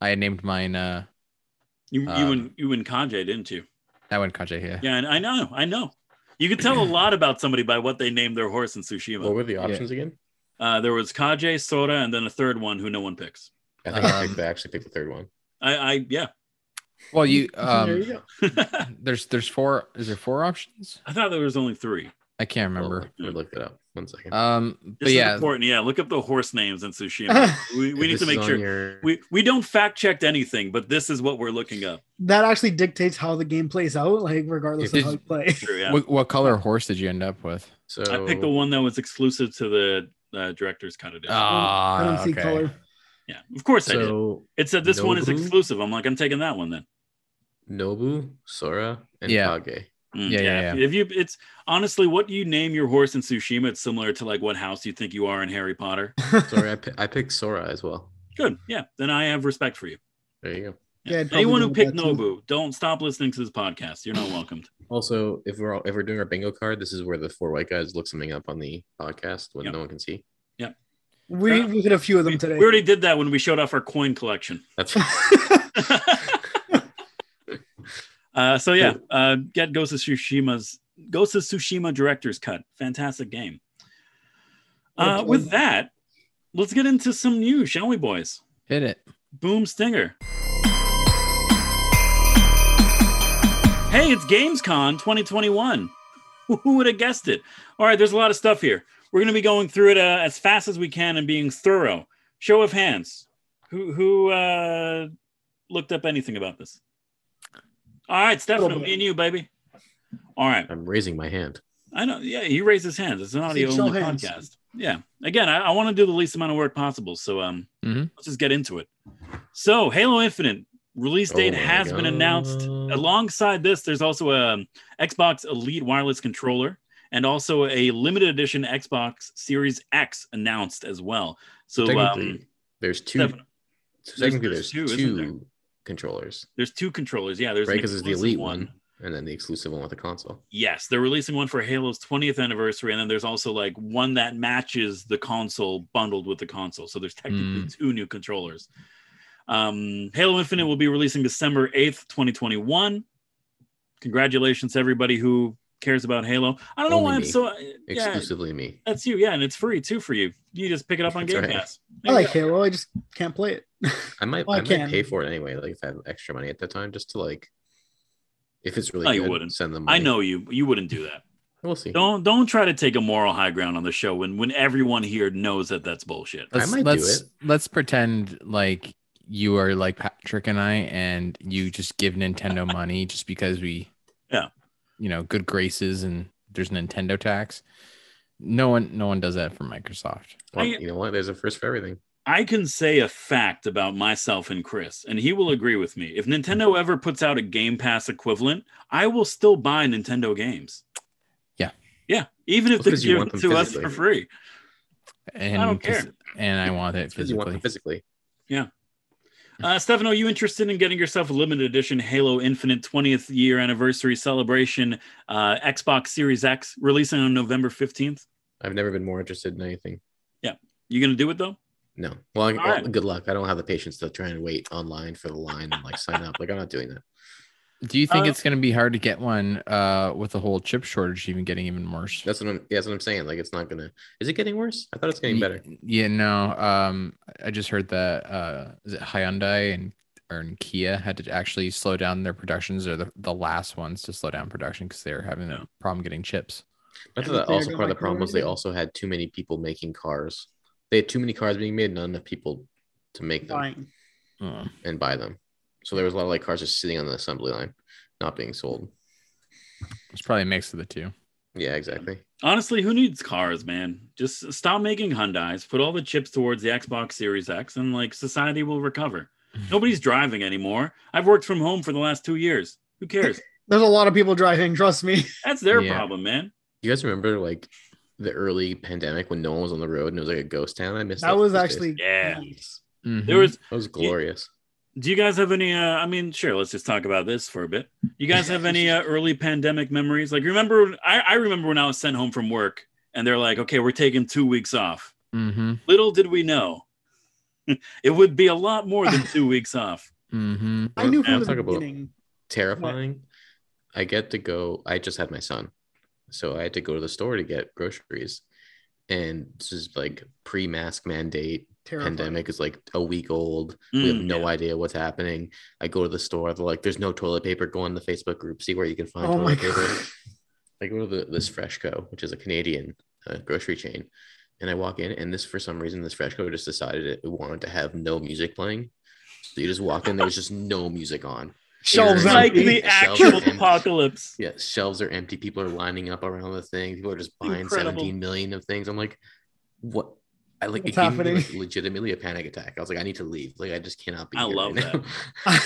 S4: I had named mine uh,
S2: you, you
S4: um,
S2: and you and Kanye didn't you?
S4: that one Kaja here.
S2: Yeah, and I know, I know. You could tell a lot about somebody by what they named their horse in
S3: What
S2: Tsushima.
S3: were the options again?
S2: Uh, there was Kaje, Sora, and then a third one who no one picks.
S3: I think I,
S4: Um,
S3: picked, I actually picked the third one.
S2: I, I yeah. *laughs*
S4: Well, you
S1: there
S4: um,
S1: you go.
S2: I
S4: there's there's four. Is there four options?
S2: thought there was only three.
S4: I can't
S3: Hold on,
S4: remember.
S3: I looked it up. One second.
S4: Um,
S2: This
S4: but
S2: is
S4: yeah,
S2: important. Yeah, look up the horse names in Tsushima. we we need to
S3: If this
S2: make
S3: is on
S2: sure
S3: your-
S2: we, we don't fact check anything, but this is what we're looking up.
S1: That actually dictates how the game plays out, like regardless of
S4: If-
S1: how you play. *laughs*
S2: Sure, yeah.
S4: What, what color horse did you end up with?
S3: so
S2: I picked the one that was exclusive to the uh, director's cut edition.
S1: I don't
S4: Ah,
S1: see color.
S2: yeah, of course I did.
S3: so
S2: It said this one is
S3: Nobu?
S2: exclusive. I'm like, I'm taking that one then.
S3: Nobu, Sora, and
S4: Yeah.
S3: Kage.
S2: Mm,
S4: Yeah, yeah,
S2: If you, it's honestly what you name your horse in Tsushima. It's similar to like what house you think you are in Harry Potter.
S3: Sorry, I, pi- I picked Sora as well.
S2: Good. Yeah. Then I have respect for you.
S3: There you go.
S1: Yeah, I'd probably
S2: Anyone
S1: go
S2: who
S1: with
S2: picked
S1: that too.
S2: Nobu, don't stop listening to this podcast. You're not welcomed.
S3: Also, if we're all, if we're doing our bingo card, this is where the four white guys look something up on the podcast when
S2: Yep.
S3: no one can see.
S1: *laughs* We we did a few of
S2: We,
S1: them today.
S2: we already did that when we showed off our coin collection.
S3: That's
S2: *laughs* uh, so yeah, uh, get Ghost of Tsushima's Ghost of Tsushima director's cut. Fantastic game. Uh,
S1: Okay.
S2: with that, let's get into some news, shall we, boys?
S4: hit it.
S2: Boom Stinger. Hey, it's GamesCon 2021. Who would have guessed it? All right, there's a lot of stuff here. We're going to be going through it uh, as fast as we can and being thorough. Show of hands. Who who uh, looked up anything about this? All right, Stefano,
S1: Nobody.
S2: me and you, baby. All right.
S3: I'm raising my hand.
S2: I know. Yeah, he raised his hands. It's an audio
S1: show
S2: only
S1: hands.
S2: podcast. Yeah. Again, I, I want to do the least amount of work possible. So um,
S3: Mm-hmm.
S4: Mhm.
S2: let's just get into it. So Halo Infinite release
S3: Oh
S2: date
S3: my
S2: has been announced.
S3: God.
S2: Alongside this, there's also a um, Xbox Elite wireless controller and also a limited edition Xbox Series X announced as well. So
S3: Technically,
S2: um,
S3: there's two.
S2: Stefano,
S3: so technically,
S2: there's
S3: there's,
S2: two, isn't
S3: two
S2: there?
S3: controllers.
S2: there's two controllers. Yeah, there's an
S3: Right, 'cause there's the
S2: exclusive
S3: Elite one. and then the exclusive one with the console.
S2: Yes, they're releasing one for Halo's 20th anniversary, and then there's also like one that matches the console bundled with the console. So there's technically
S3: Mm.
S2: two new controllers. Um, Halo Infinite will be releasing December 8th, 2021. Congratulations to everybody who cares about Halo. I don't know
S3: Only
S2: why I'm
S3: me.
S2: so uh, yeah,
S3: Exclusively me.
S2: that's you. Yeah, and it's free too for you. You just pick it up on
S3: That's
S2: Game
S3: right.
S2: Pass.
S1: *laughs* I
S2: There you
S1: like Halo. I just can't play it.
S3: I might
S1: Well, I
S3: I, might
S1: can.
S3: pay for it anyway, like if I have extra money at that time, just to like if it's really
S2: No, you
S3: good,
S2: wouldn't.
S3: send them
S2: go. I
S3: money.
S2: know you. You wouldn't do that.
S3: We'll see.
S2: Don't don't try to take a moral high ground on the show when when everyone here knows that that's bullshit.
S3: I
S4: Let's
S3: might do
S4: let's
S3: it.
S4: let's pretend like you are like Patrick and I, and you just
S2: *laughs*
S4: give Nintendo money just because we,
S2: Yeah.
S4: you know, good graces and there's Nintendo tax. No one, no one does that for Microsoft.
S3: Well,
S2: I-
S3: you know what? There's a first for everything.
S2: I can say a fact about myself and Chris, and he will agree with me. If
S3: Mm-hmm.
S2: Nintendo ever puts out a Game Pass equivalent, I will still buy Nintendo games.
S4: Yeah.
S2: Yeah. Even if
S3: Well,
S2: they
S3: 'cause you
S2: give
S3: want
S2: it
S3: them
S2: to us for
S3: physically.
S2: free.
S4: And
S2: I don't care.
S4: And I want it
S3: Because you want them
S4: physically.
S3: physically.
S2: Uh, Stefan, are you interested in getting yourself a limited edition Halo Infinite 20th year anniversary celebration uh, Xbox Series X releasing on November 15th?
S3: I've never been more interested in anything.
S2: You going to do it though?
S3: No. Well, I,
S2: All right.
S3: good luck. I don't have the patience to try and wait online for the line and like sign up. Like I'm not doing that.
S4: Do you think
S2: Uh,
S4: it's going to be hard to get one uh, with the whole chip shortage even getting even worse?
S3: That's what I'm. That's what I'm saying. Like it's not gonna. Is it getting worse? I thought it's getting
S4: Y-
S3: better.
S4: Yeah, no. Um, I just heard that uh, is it Hyundai and or and Kia had to actually slow down their productions, or the, the last ones to slow down production because they were having
S2: Yeah.
S4: a problem getting chips.
S3: I
S1: Yeah,
S3: thought that
S1: they
S3: also
S1: got
S3: part of the problem was they
S1: microwaved.
S3: also had too many people making cars. They had too many cars being made, not enough people to make them
S1: Fine.
S4: Oh.
S3: and buy them. So there was a lot of like cars just sitting on the assembly line, not being sold.
S4: It's probably a mix of the two.
S3: Yeah, exactly.
S2: Honestly, who needs cars, man? Just stop making Hyundais, put all the chips towards the Xbox Series X, and like society will recover. Nobody's driving anymore. I've worked from home for the last two years. Who cares?
S1: There's a lot of people driving. Trust
S2: *laughs*
S1: me.
S2: That's
S3: *laughs*
S2: their
S4: Yeah.
S2: problem, man.
S3: Do you guys remember like the early pandemic when no one was on the road and it was like a ghost town? I missed
S1: That was
S3: those days.
S1: actually
S2: Yeah.
S1: nice.
S3: Mm-hmm.
S4: Mm-hmm,
S2: There was.
S3: that was glorious.
S2: Do you guys have any? Uh, I mean, sure. Let's just talk about this for a bit. You guys have any uh, early pandemic memories? Like, remember? I, I remember when I was sent home from work, and they're like, "Okay, we're taking two weeks off."
S4: Mm-hmm.
S2: Little did we know, *laughs* it would be a lot more
S3: *laughs*
S2: than two weeks off.
S4: Mm-hmm.
S1: I knew
S2: Yeah,
S1: from the
S3: talk about-
S1: beginning.
S3: terrifying. I get to go. I just had my son, so I had to go to the store to get groceries, and this is like pre-mask mandate.
S1: Terrifying.
S3: Pandemic is like a week old. we have
S2: Mm,
S3: no
S2: yeah.
S3: idea what's happening. I go to the store. They're like, "There's no toilet paper. Go on the Facebook group. See where you can find
S1: Oh my
S3: toilet paper." *laughs*
S1: god.
S3: I go to the, this Freshco, which is a Canadian uh, grocery chain, and I walk in, and this for some reason this Freshco just decided it wanted to have no music playing. So you just walk in, there was just no music on.
S1: Shelves
S2: It's
S3: You're
S2: like
S1: empty. *laughs*
S2: the
S3: Shelves
S2: actual
S3: are empty.
S2: apocalypse.
S3: Yeah, shelves are empty. People are lining up around the thing. People are just buying
S2: Incredible.
S3: 17 million of things. I'm like, what? I like
S1: What's
S3: it gave me
S1: happening?
S3: like, legitimately a panic attack. I was like, I need to leave. Like, I just cannot be.
S2: I
S3: here
S2: love
S3: right now. *laughs*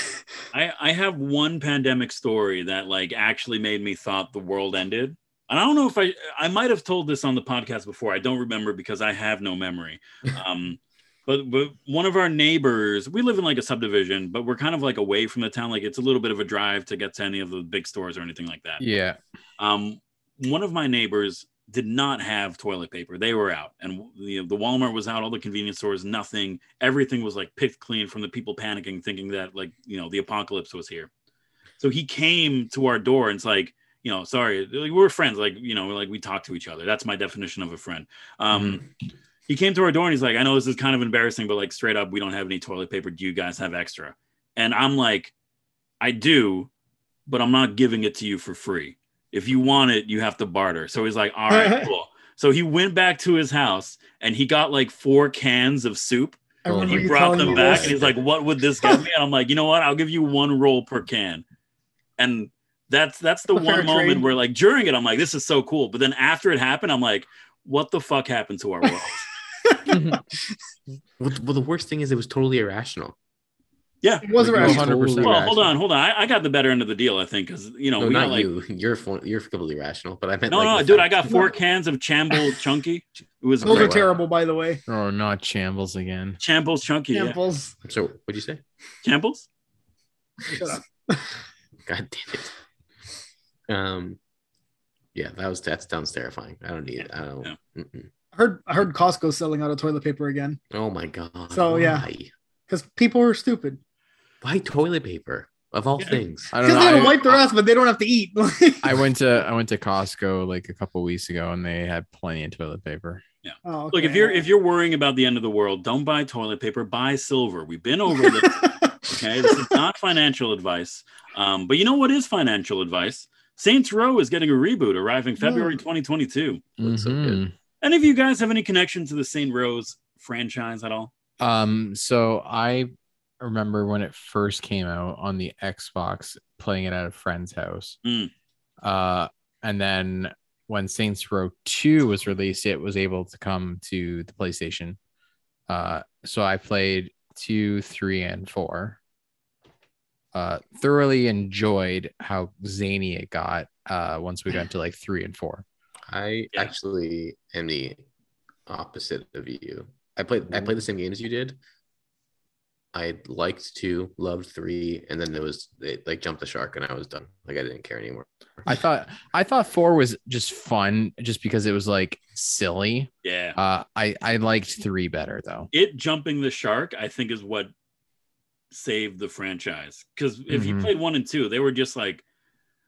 S2: I, I have one pandemic story that like actually made me thought the world ended. And I don't know if I I might have told this on the podcast before. I don't remember because I have no memory. Um, but but one of our neighbors, we live in like a subdivision, but we're kind of like away from the town. Like it's a little bit of a drive to get to any of the big stores or anything like that.
S4: Yeah.
S2: Um, one of my neighbors did not have toilet paper. They were out, and the the Walmart was out. All the convenience stores, nothing. Everything was like picked clean from the people panicking, thinking that like you know the apocalypse was here. So he came to our door, and it's like you know, sorry, like, we're friends. Like you know, like we talk to each other. That's my definition of a friend. Um, he came to our door and he's like, I know this is kind of embarrassing, but like straight up, we don't have any toilet paper. Do you guys have extra? And I'm like, I do, but I'm not giving it to you for free. If you want it, you have to barter. So he's like, All right, cool. So he went back to his house and he got like four cans of soup
S1: I
S2: and
S3: And
S1: remember
S2: he
S1: you
S2: brought
S1: telling
S2: them
S1: me
S2: back
S1: this.
S2: and he's like, What would this get me? And I'm like, You know what? I'll give you one roll per can. And that's that's the
S1: A fair
S2: one moment
S1: trade.
S2: where like during it, I'm like, This is so cool. But then after it happened, I'm like, What the fuck happened to
S1: *laughs*
S2: our world?
S3: well, th- well, the worst thing is it was totally irrational.
S2: yeah.
S1: It wasn't
S3: Like, oh
S4: rational.
S1: rational.
S3: totally
S4: 100%.
S2: Well, hold on, hold on. I, I got the better end of the deal, I think, because you know
S3: No,
S2: we
S3: not
S2: got like
S3: you. *laughs* You're fu- you're completely rational, but I meant
S2: no,
S3: like,
S2: no,
S3: the
S2: dude. I
S3: fact-
S2: got four cans
S1: *laughs*
S2: of Chamble Chunky. It was
S1: Those
S3: Right,
S1: are
S2: great.
S3: wow.
S1: terrible, by the way.
S4: or Oh, not shambles again.
S2: Chambles Chunky. Yeah.
S1: Samples.
S3: So what'd you say?
S2: Chambles.
S1: Shut up.
S3: God *laughs* damn it! Um, yeah, that was that sounds terrifying. I don't need it. I don't.
S2: Yeah.
S3: mm-mm.
S1: I heard I heard Costco's selling out of toilet paper again
S3: Oh my god.
S1: So, yeah.
S3: why?
S1: because people are stupid
S3: Why toilet paper of all
S2: Yeah.
S3: things?
S4: I don't
S1: because
S4: know.
S1: they don't
S4: I-
S1: wipe their ass, but they don't have to eat. *laughs*
S4: I went to I went to Costco like a couple weeks ago and they had plenty of toilet paper.
S1: oh,
S2: Look, if you're if you're worrying about the end of the world, don't buy toilet paper. Buy silver. We've
S1: *laughs*
S2: been over this. Okay, this is not financial advice. Um, but you know what is financial advice? Saints Row is getting a reboot, arriving February
S1: Mm.
S2: 2022.
S3: Looks so good.
S2: Any of you guys have any connection to the Saint Rose franchise at all?
S4: Um, so I remember when it first came out on the Xbox, playing it at a friend's house.
S2: Mm.
S4: Uh, and then when Saints Row 2 was released, it was able to come to the PlayStation. Uh, so I played two, three, and four. Uh, thoroughly enjoyed how zany it got uh, once we got to like three and four.
S3: I
S2: Yeah.
S3: actually am the opposite of you. I played
S2: Mm-hmm.
S3: I played the same game as you did. I liked two, loved three, and then it was it like jumped the shark and I was done. Like I didn't care anymore.
S4: I thought I thought four was just fun, just because it was like silly.
S2: Yeah.
S4: Uh, I I liked three better though.
S2: it jumping the shark, I think, is what saved the franchise. Because if you
S4: Mhm.
S2: played one and two, they were just like,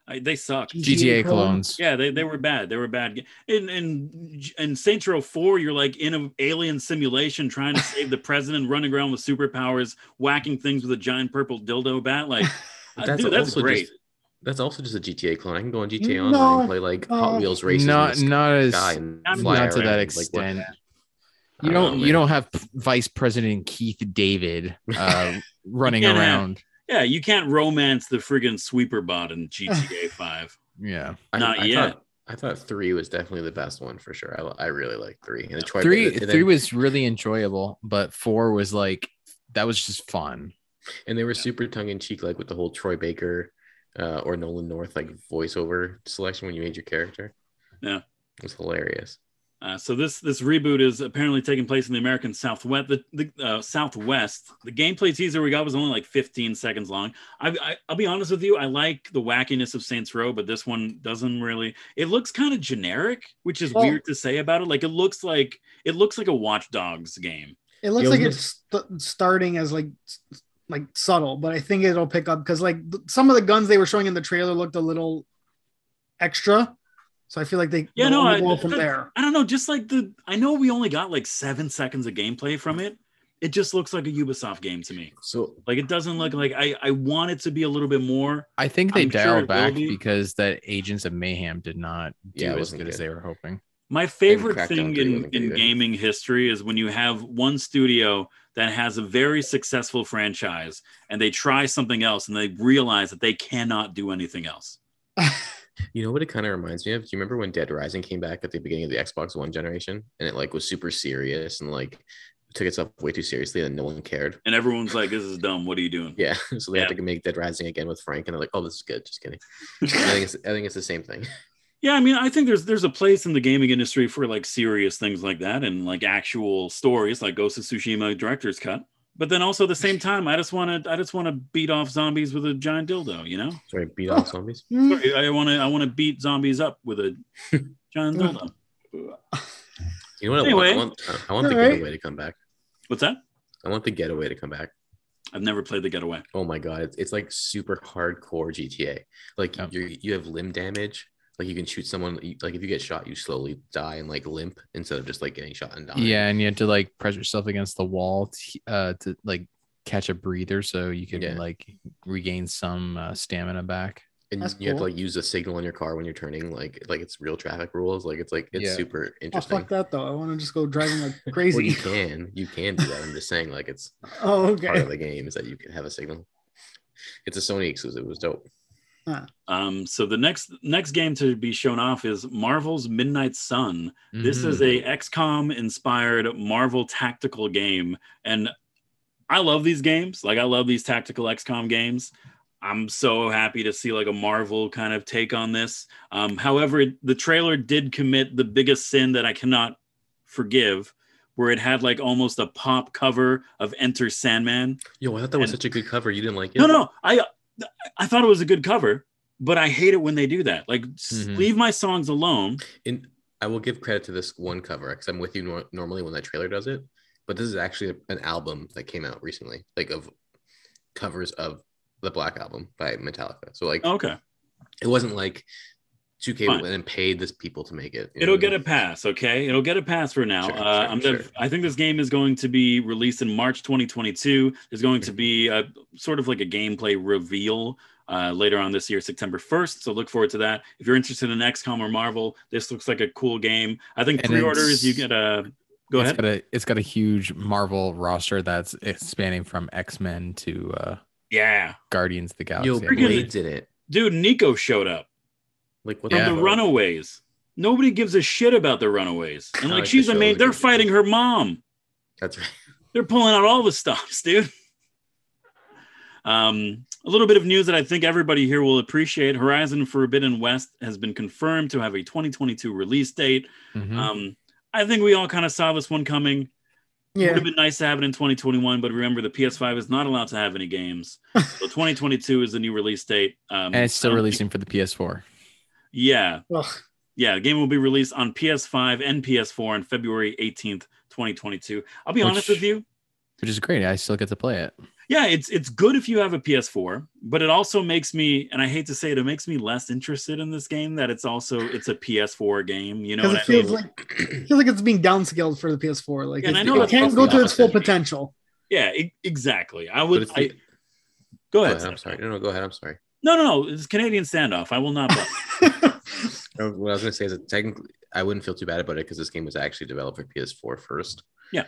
S2: I, they sucked.
S4: GTA
S1: clone.
S4: clones.
S2: Yeah, they, they were bad. They were bad. ga- In in in Saints Row Four, you're like in an alien simulation trying to save the president, running around with superpowers, whacking things with a giant purple dildo bat. Like,
S3: But
S2: that's, Uh, dude, that's great.
S3: Just, that's also just a GTA clone. I can go on GTA
S1: No,
S3: Online and play like
S1: no.
S3: Hot Wheels races.
S4: Not
S3: in the
S4: not as
S3: sky and
S2: not
S3: fly
S4: not to
S3: around,
S4: that
S3: like, what-
S4: extent.
S3: I
S4: you don't
S3: know, man.
S4: you don't have P- Vice President Keith David
S2: *laughs*
S4: uh, running
S2: You can't have-
S4: around.
S2: Yeah, you can't romance the friggin' sweeper bot in GTA Five.
S4: Yeah,
S3: I-
S2: Not
S3: I
S2: yet.
S3: Thought, I thought three was definitely the best one for sure. I, I really like three. And the Troy
S4: three
S3: and then-
S4: three was really enjoyable, but four was like that was just fun.
S3: and they were super tongue in cheek, like with the whole Troy Baker uh, or Nolan North like voiceover selection when you made your character.
S2: Yeah.
S3: it was hilarious.
S2: Uh, so this this reboot is apparently taking place in the American Southwest. The, the uh, Southwest. The gameplay teaser we got was only like 15 seconds long. I, I I'll be honest with you. I like the wackiness of Saints Row, but this one doesn't really. It looks kind of generic, which is
S1: Well-
S2: weird to say about it. Like it looks like it looks like a Watch Dogs game.
S1: It looks
S3: Yeah,
S1: like
S3: wasn't
S1: it's st- starting as like s- like subtle, but I think it'll pick up because like th- some of the guns they were showing in the trailer looked a little extra, so I feel like they
S2: Yeah,
S1: they'll
S2: no,
S1: only
S2: I-
S1: go from
S2: that-
S1: there.
S2: I don't know. Just like the I know we only got like seven seconds of gameplay from it. It just looks like a Ubisoft game to me.
S3: So
S2: Like it doesn't look like I I want it to be a little bit more.
S4: I think they
S2: I'm sure
S4: dialed
S2: it will
S4: back
S2: be.
S4: because that Agents of Mayhem did not do
S3: Yeah, it
S4: as
S3: wasn't
S4: good, as
S3: good.
S4: they were hoping.
S2: My favorite
S3: Crackdown
S2: thing
S3: 3
S2: in,
S3: wasn't good
S2: in
S3: either.
S2: gaming history is when you have one studio that has a very successful franchise and they try something else and they realize that they cannot do anything else.
S3: you know what it kind of reminds me of? Do you remember when Dead Rising came back at the beginning of the Xbox One generation, and it like was super serious and like took itself way too seriously, and no one cared.
S2: And everyone's like, this is dumb. What are you doing?
S3: Yeah, *laughs* so they
S2: Yeah.
S3: had to make Dead Rising again with Frank, and they're like, "Oh, this is good."
S2: *laughs*
S3: Just kidding. I think it's, I think it's the same thing.
S2: Yeah, I mean, I think there's there's a place in the gaming industry for like serious things like that and like actual stories like Ghost of Tsushima director's cut. But then also at the same time, I just want to I just want to beat off zombies with a giant dildo, you know?
S3: Sorry, beat off zombies.
S1: Mm,
S2: Sorry, I want to I want to beat zombies up with a giant dildo.
S3: You know what? I
S2: Anyway.
S3: want? I want, I want the
S1: All right.
S3: getaway to come back.
S2: What's that?
S3: I want the getaway to come back.
S2: I've never played The Getaway.
S3: Oh my god, it's, it's like super hardcore GTA. Like
S4: Yep.
S3: you you have limb damage. Like you can shoot someone. you- Like if you get shot, you slowly die and like limp instead of just like getting shot and dying.
S4: Yeah, and you had to like press yourself against the wall to, uh, to like catch a breather so you could
S3: Yeah.
S4: like regain some uh, stamina back.
S3: and
S1: That's
S3: you have to
S1: cool.
S3: like use the signal in your car when you're turning. Like like it's real traffic rules. Like it's like it's
S4: Yeah.
S3: super
S1: oh,
S3: interesting.
S1: fuck that though. I want to just go driving
S2: *laughs*
S1: like
S3: Well, you
S1: crazy.
S3: can you can do that. I'm just saying like it's
S1: *laughs* oh,
S3: part
S1: okay.
S3: of the game is that you can have a signal. It's a Sony exclusive. It was dope.
S2: Um, so the next next game to be shown off is Marvel's Midnight Sun. This
S3: Mm-hmm.
S2: is a XCOM inspired Marvel tactical game, and I love these games. Like I love these tactical XCOM games. I'm so happy to see like a Marvel kind of take on this. Um, however, the trailer did commit the biggest sin that I cannot forgive, where it had like almost a pop cover of Enter Sandman.
S3: Yo, I thought that was
S2: And-
S3: such a good cover. You didn't like it?
S2: No, no, I I thought it was a good cover. but I hate it when they do that. Like, s-
S3: Mm-hmm.
S4: Mhm.
S2: leave my songs alone.
S3: And I will give credit to this one cover because I'm with you nor- normally when that trailer does it, but this is actually an album that came out recently, like of covers of the Black Album by Metallica. So like,
S2: Okay,
S3: it wasn't like 2K
S2: Oh. Fine.
S3: went and paid this people to make it. you know
S2: it'll
S3: what I
S2: get a
S3: mean?
S2: pass. Okay, it'll get a pass for now.
S3: Mm-hmm. Sure,
S2: uh,
S3: sure,
S2: I'm gonna,
S3: sure.
S2: I think this game is going to be released in March 2022. There's going
S3: Mm-hmm.
S2: to be a sort of like a gameplay reveal. Uh, later on this year, September 1st. So look forward to that. If you're interested in XCOM or Marvel, this looks like a cool game. I think
S4: And
S2: pre orders,
S4: it's-
S2: you get a. Go
S4: It's
S2: ahead.
S4: got a it's got a huge Marvel roster that's expanding from X Men to uh,
S2: Yeah.
S4: Guardians of the Galaxy.
S3: Yo,
S4: I
S2: pretty good.
S4: believe.
S3: Blade did it.
S2: Dude, Nico showed up.
S3: Like what
S2: from
S4: Yeah.
S2: the
S3: fuck?
S2: Runaways. Nobody gives a shit about the Runaways, and
S3: I
S2: like
S3: like
S2: she's
S3: the
S2: a
S3: show,
S2: main.
S3: the
S2: They're
S3: kids.
S2: fighting her mom.
S3: That's right.
S2: They're pulling out all the stops, *laughs* dude. Um, a little bit of news that I think everybody here will appreciate: Horizon Forbidden West has been confirmed to have a 2022 release date.
S4: Mhm.
S2: Um, I think we all kind of saw this one coming. It
S1: Yeah.
S2: Would have been nice to have it in 2021, but remember the PS5 is not allowed to have any games. So 2022 is the new release date. Um,
S4: and it's
S2: I
S4: still
S2: don't
S4: releasing for the PS4.
S2: think- yeah,
S1: Ugh.
S2: Yeah, the game will be released on PS5 and PS4 on February 18th, 2022. I'll be
S4: Which-
S2: honest with you.
S4: which is great. I still get to play it.
S2: Yeah, it's it's good if you have a PS4, but it also makes me, and I hate to say it, it makes me less interested in this game that it's also it's a PS4 game. You know
S1: Because it
S2: what I mean?
S1: feels like it feels like it's being downscaled for the PS4. Like
S2: Yeah, and
S1: it,
S2: I know
S1: it
S2: that's
S1: can't
S3: supposed
S1: go
S3: to
S1: to
S3: be
S1: its full
S3: opposite.
S1: potential. *laughs*
S2: yeah, e- exactly. I
S3: But
S2: would.
S3: it's the-
S2: I, go
S3: go
S2: ahead.
S3: ahead. I'm
S2: Seth.
S3: sorry. No, no, go ahead. I'm sorry.
S2: No, no, no. It's Canadian standoff. I will
S3: *laughs*
S2: not. buy it.
S3: No, What I was gonna say is that technically, I wouldn't feel too bad about it because this game was actually developed for PS4 first.
S2: Yeah.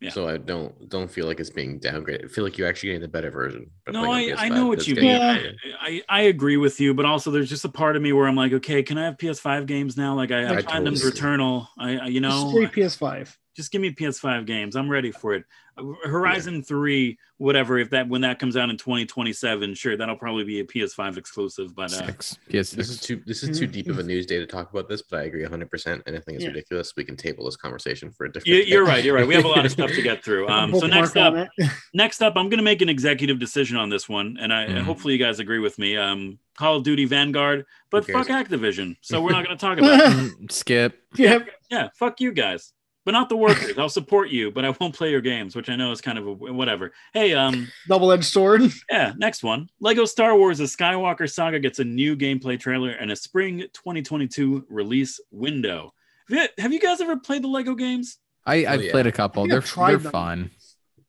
S2: Yeah.
S3: So I don't don't feel like it's being downgraded. I feel like you're actually getting the better version. by
S2: No,
S3: playing on
S2: I- I
S3: PS5
S2: know what
S3: that's
S2: you
S3: getting
S1: mean.
S3: upgraded.
S2: I, I agree with you, but also there's just a part of me where I'm like, okay, can I have PS5 games now? Like I, I,
S3: I
S2: find them
S3: totally agree.
S2: Returnal. I, I you know
S1: Just straight PS5.
S2: just give me PS5 games. I'm ready for it. Uh, Horizon 3, whatever, if that when that comes out in 2027, sure, that'll probably be a PS5 exclusive, but
S3: *laughs*
S2: uh,
S4: Six PS6.
S3: This is too this is too deep of a news day to talk about this, but I agree 100. percent And I think it's
S1: Yeah.
S3: ridiculous. We can table this conversation for a different.
S2: you, you're
S3: day.
S2: right, you're right. We have a lot of
S3: *laughs*
S2: stuff to get through. Um, so
S1: Bookmark
S2: next up,
S1: on it.
S2: next up, I'm going to make an executive decision on this one, and
S3: Mm-hmm.
S2: I
S4: Mhm.
S2: hopefully you guys agree with me. Um, Call of Duty Vanguard, but
S3: Who cares?
S2: fuck Activision, so we're not
S3: *laughs*
S2: going to talk about. it.
S4: Mm, *clears throat* Skip.
S1: *laughs* yeah,
S2: *laughs* Yeah, fuck you guys, but not the workers. I'll support you, but I won't play your games, which I know is kind of a whatever. Hey, um.
S1: double-edged sword. *laughs*
S2: Yeah, next one. Lego Star Wars The Skywalker Saga gets a new gameplay trailer and a spring 2022 release window. Have you- have you guys ever played the Lego games?
S4: I I've
S3: Oh, yeah.
S4: played a couple.
S1: think I've
S4: They're
S1: tried
S4: they're
S1: them.
S4: fun.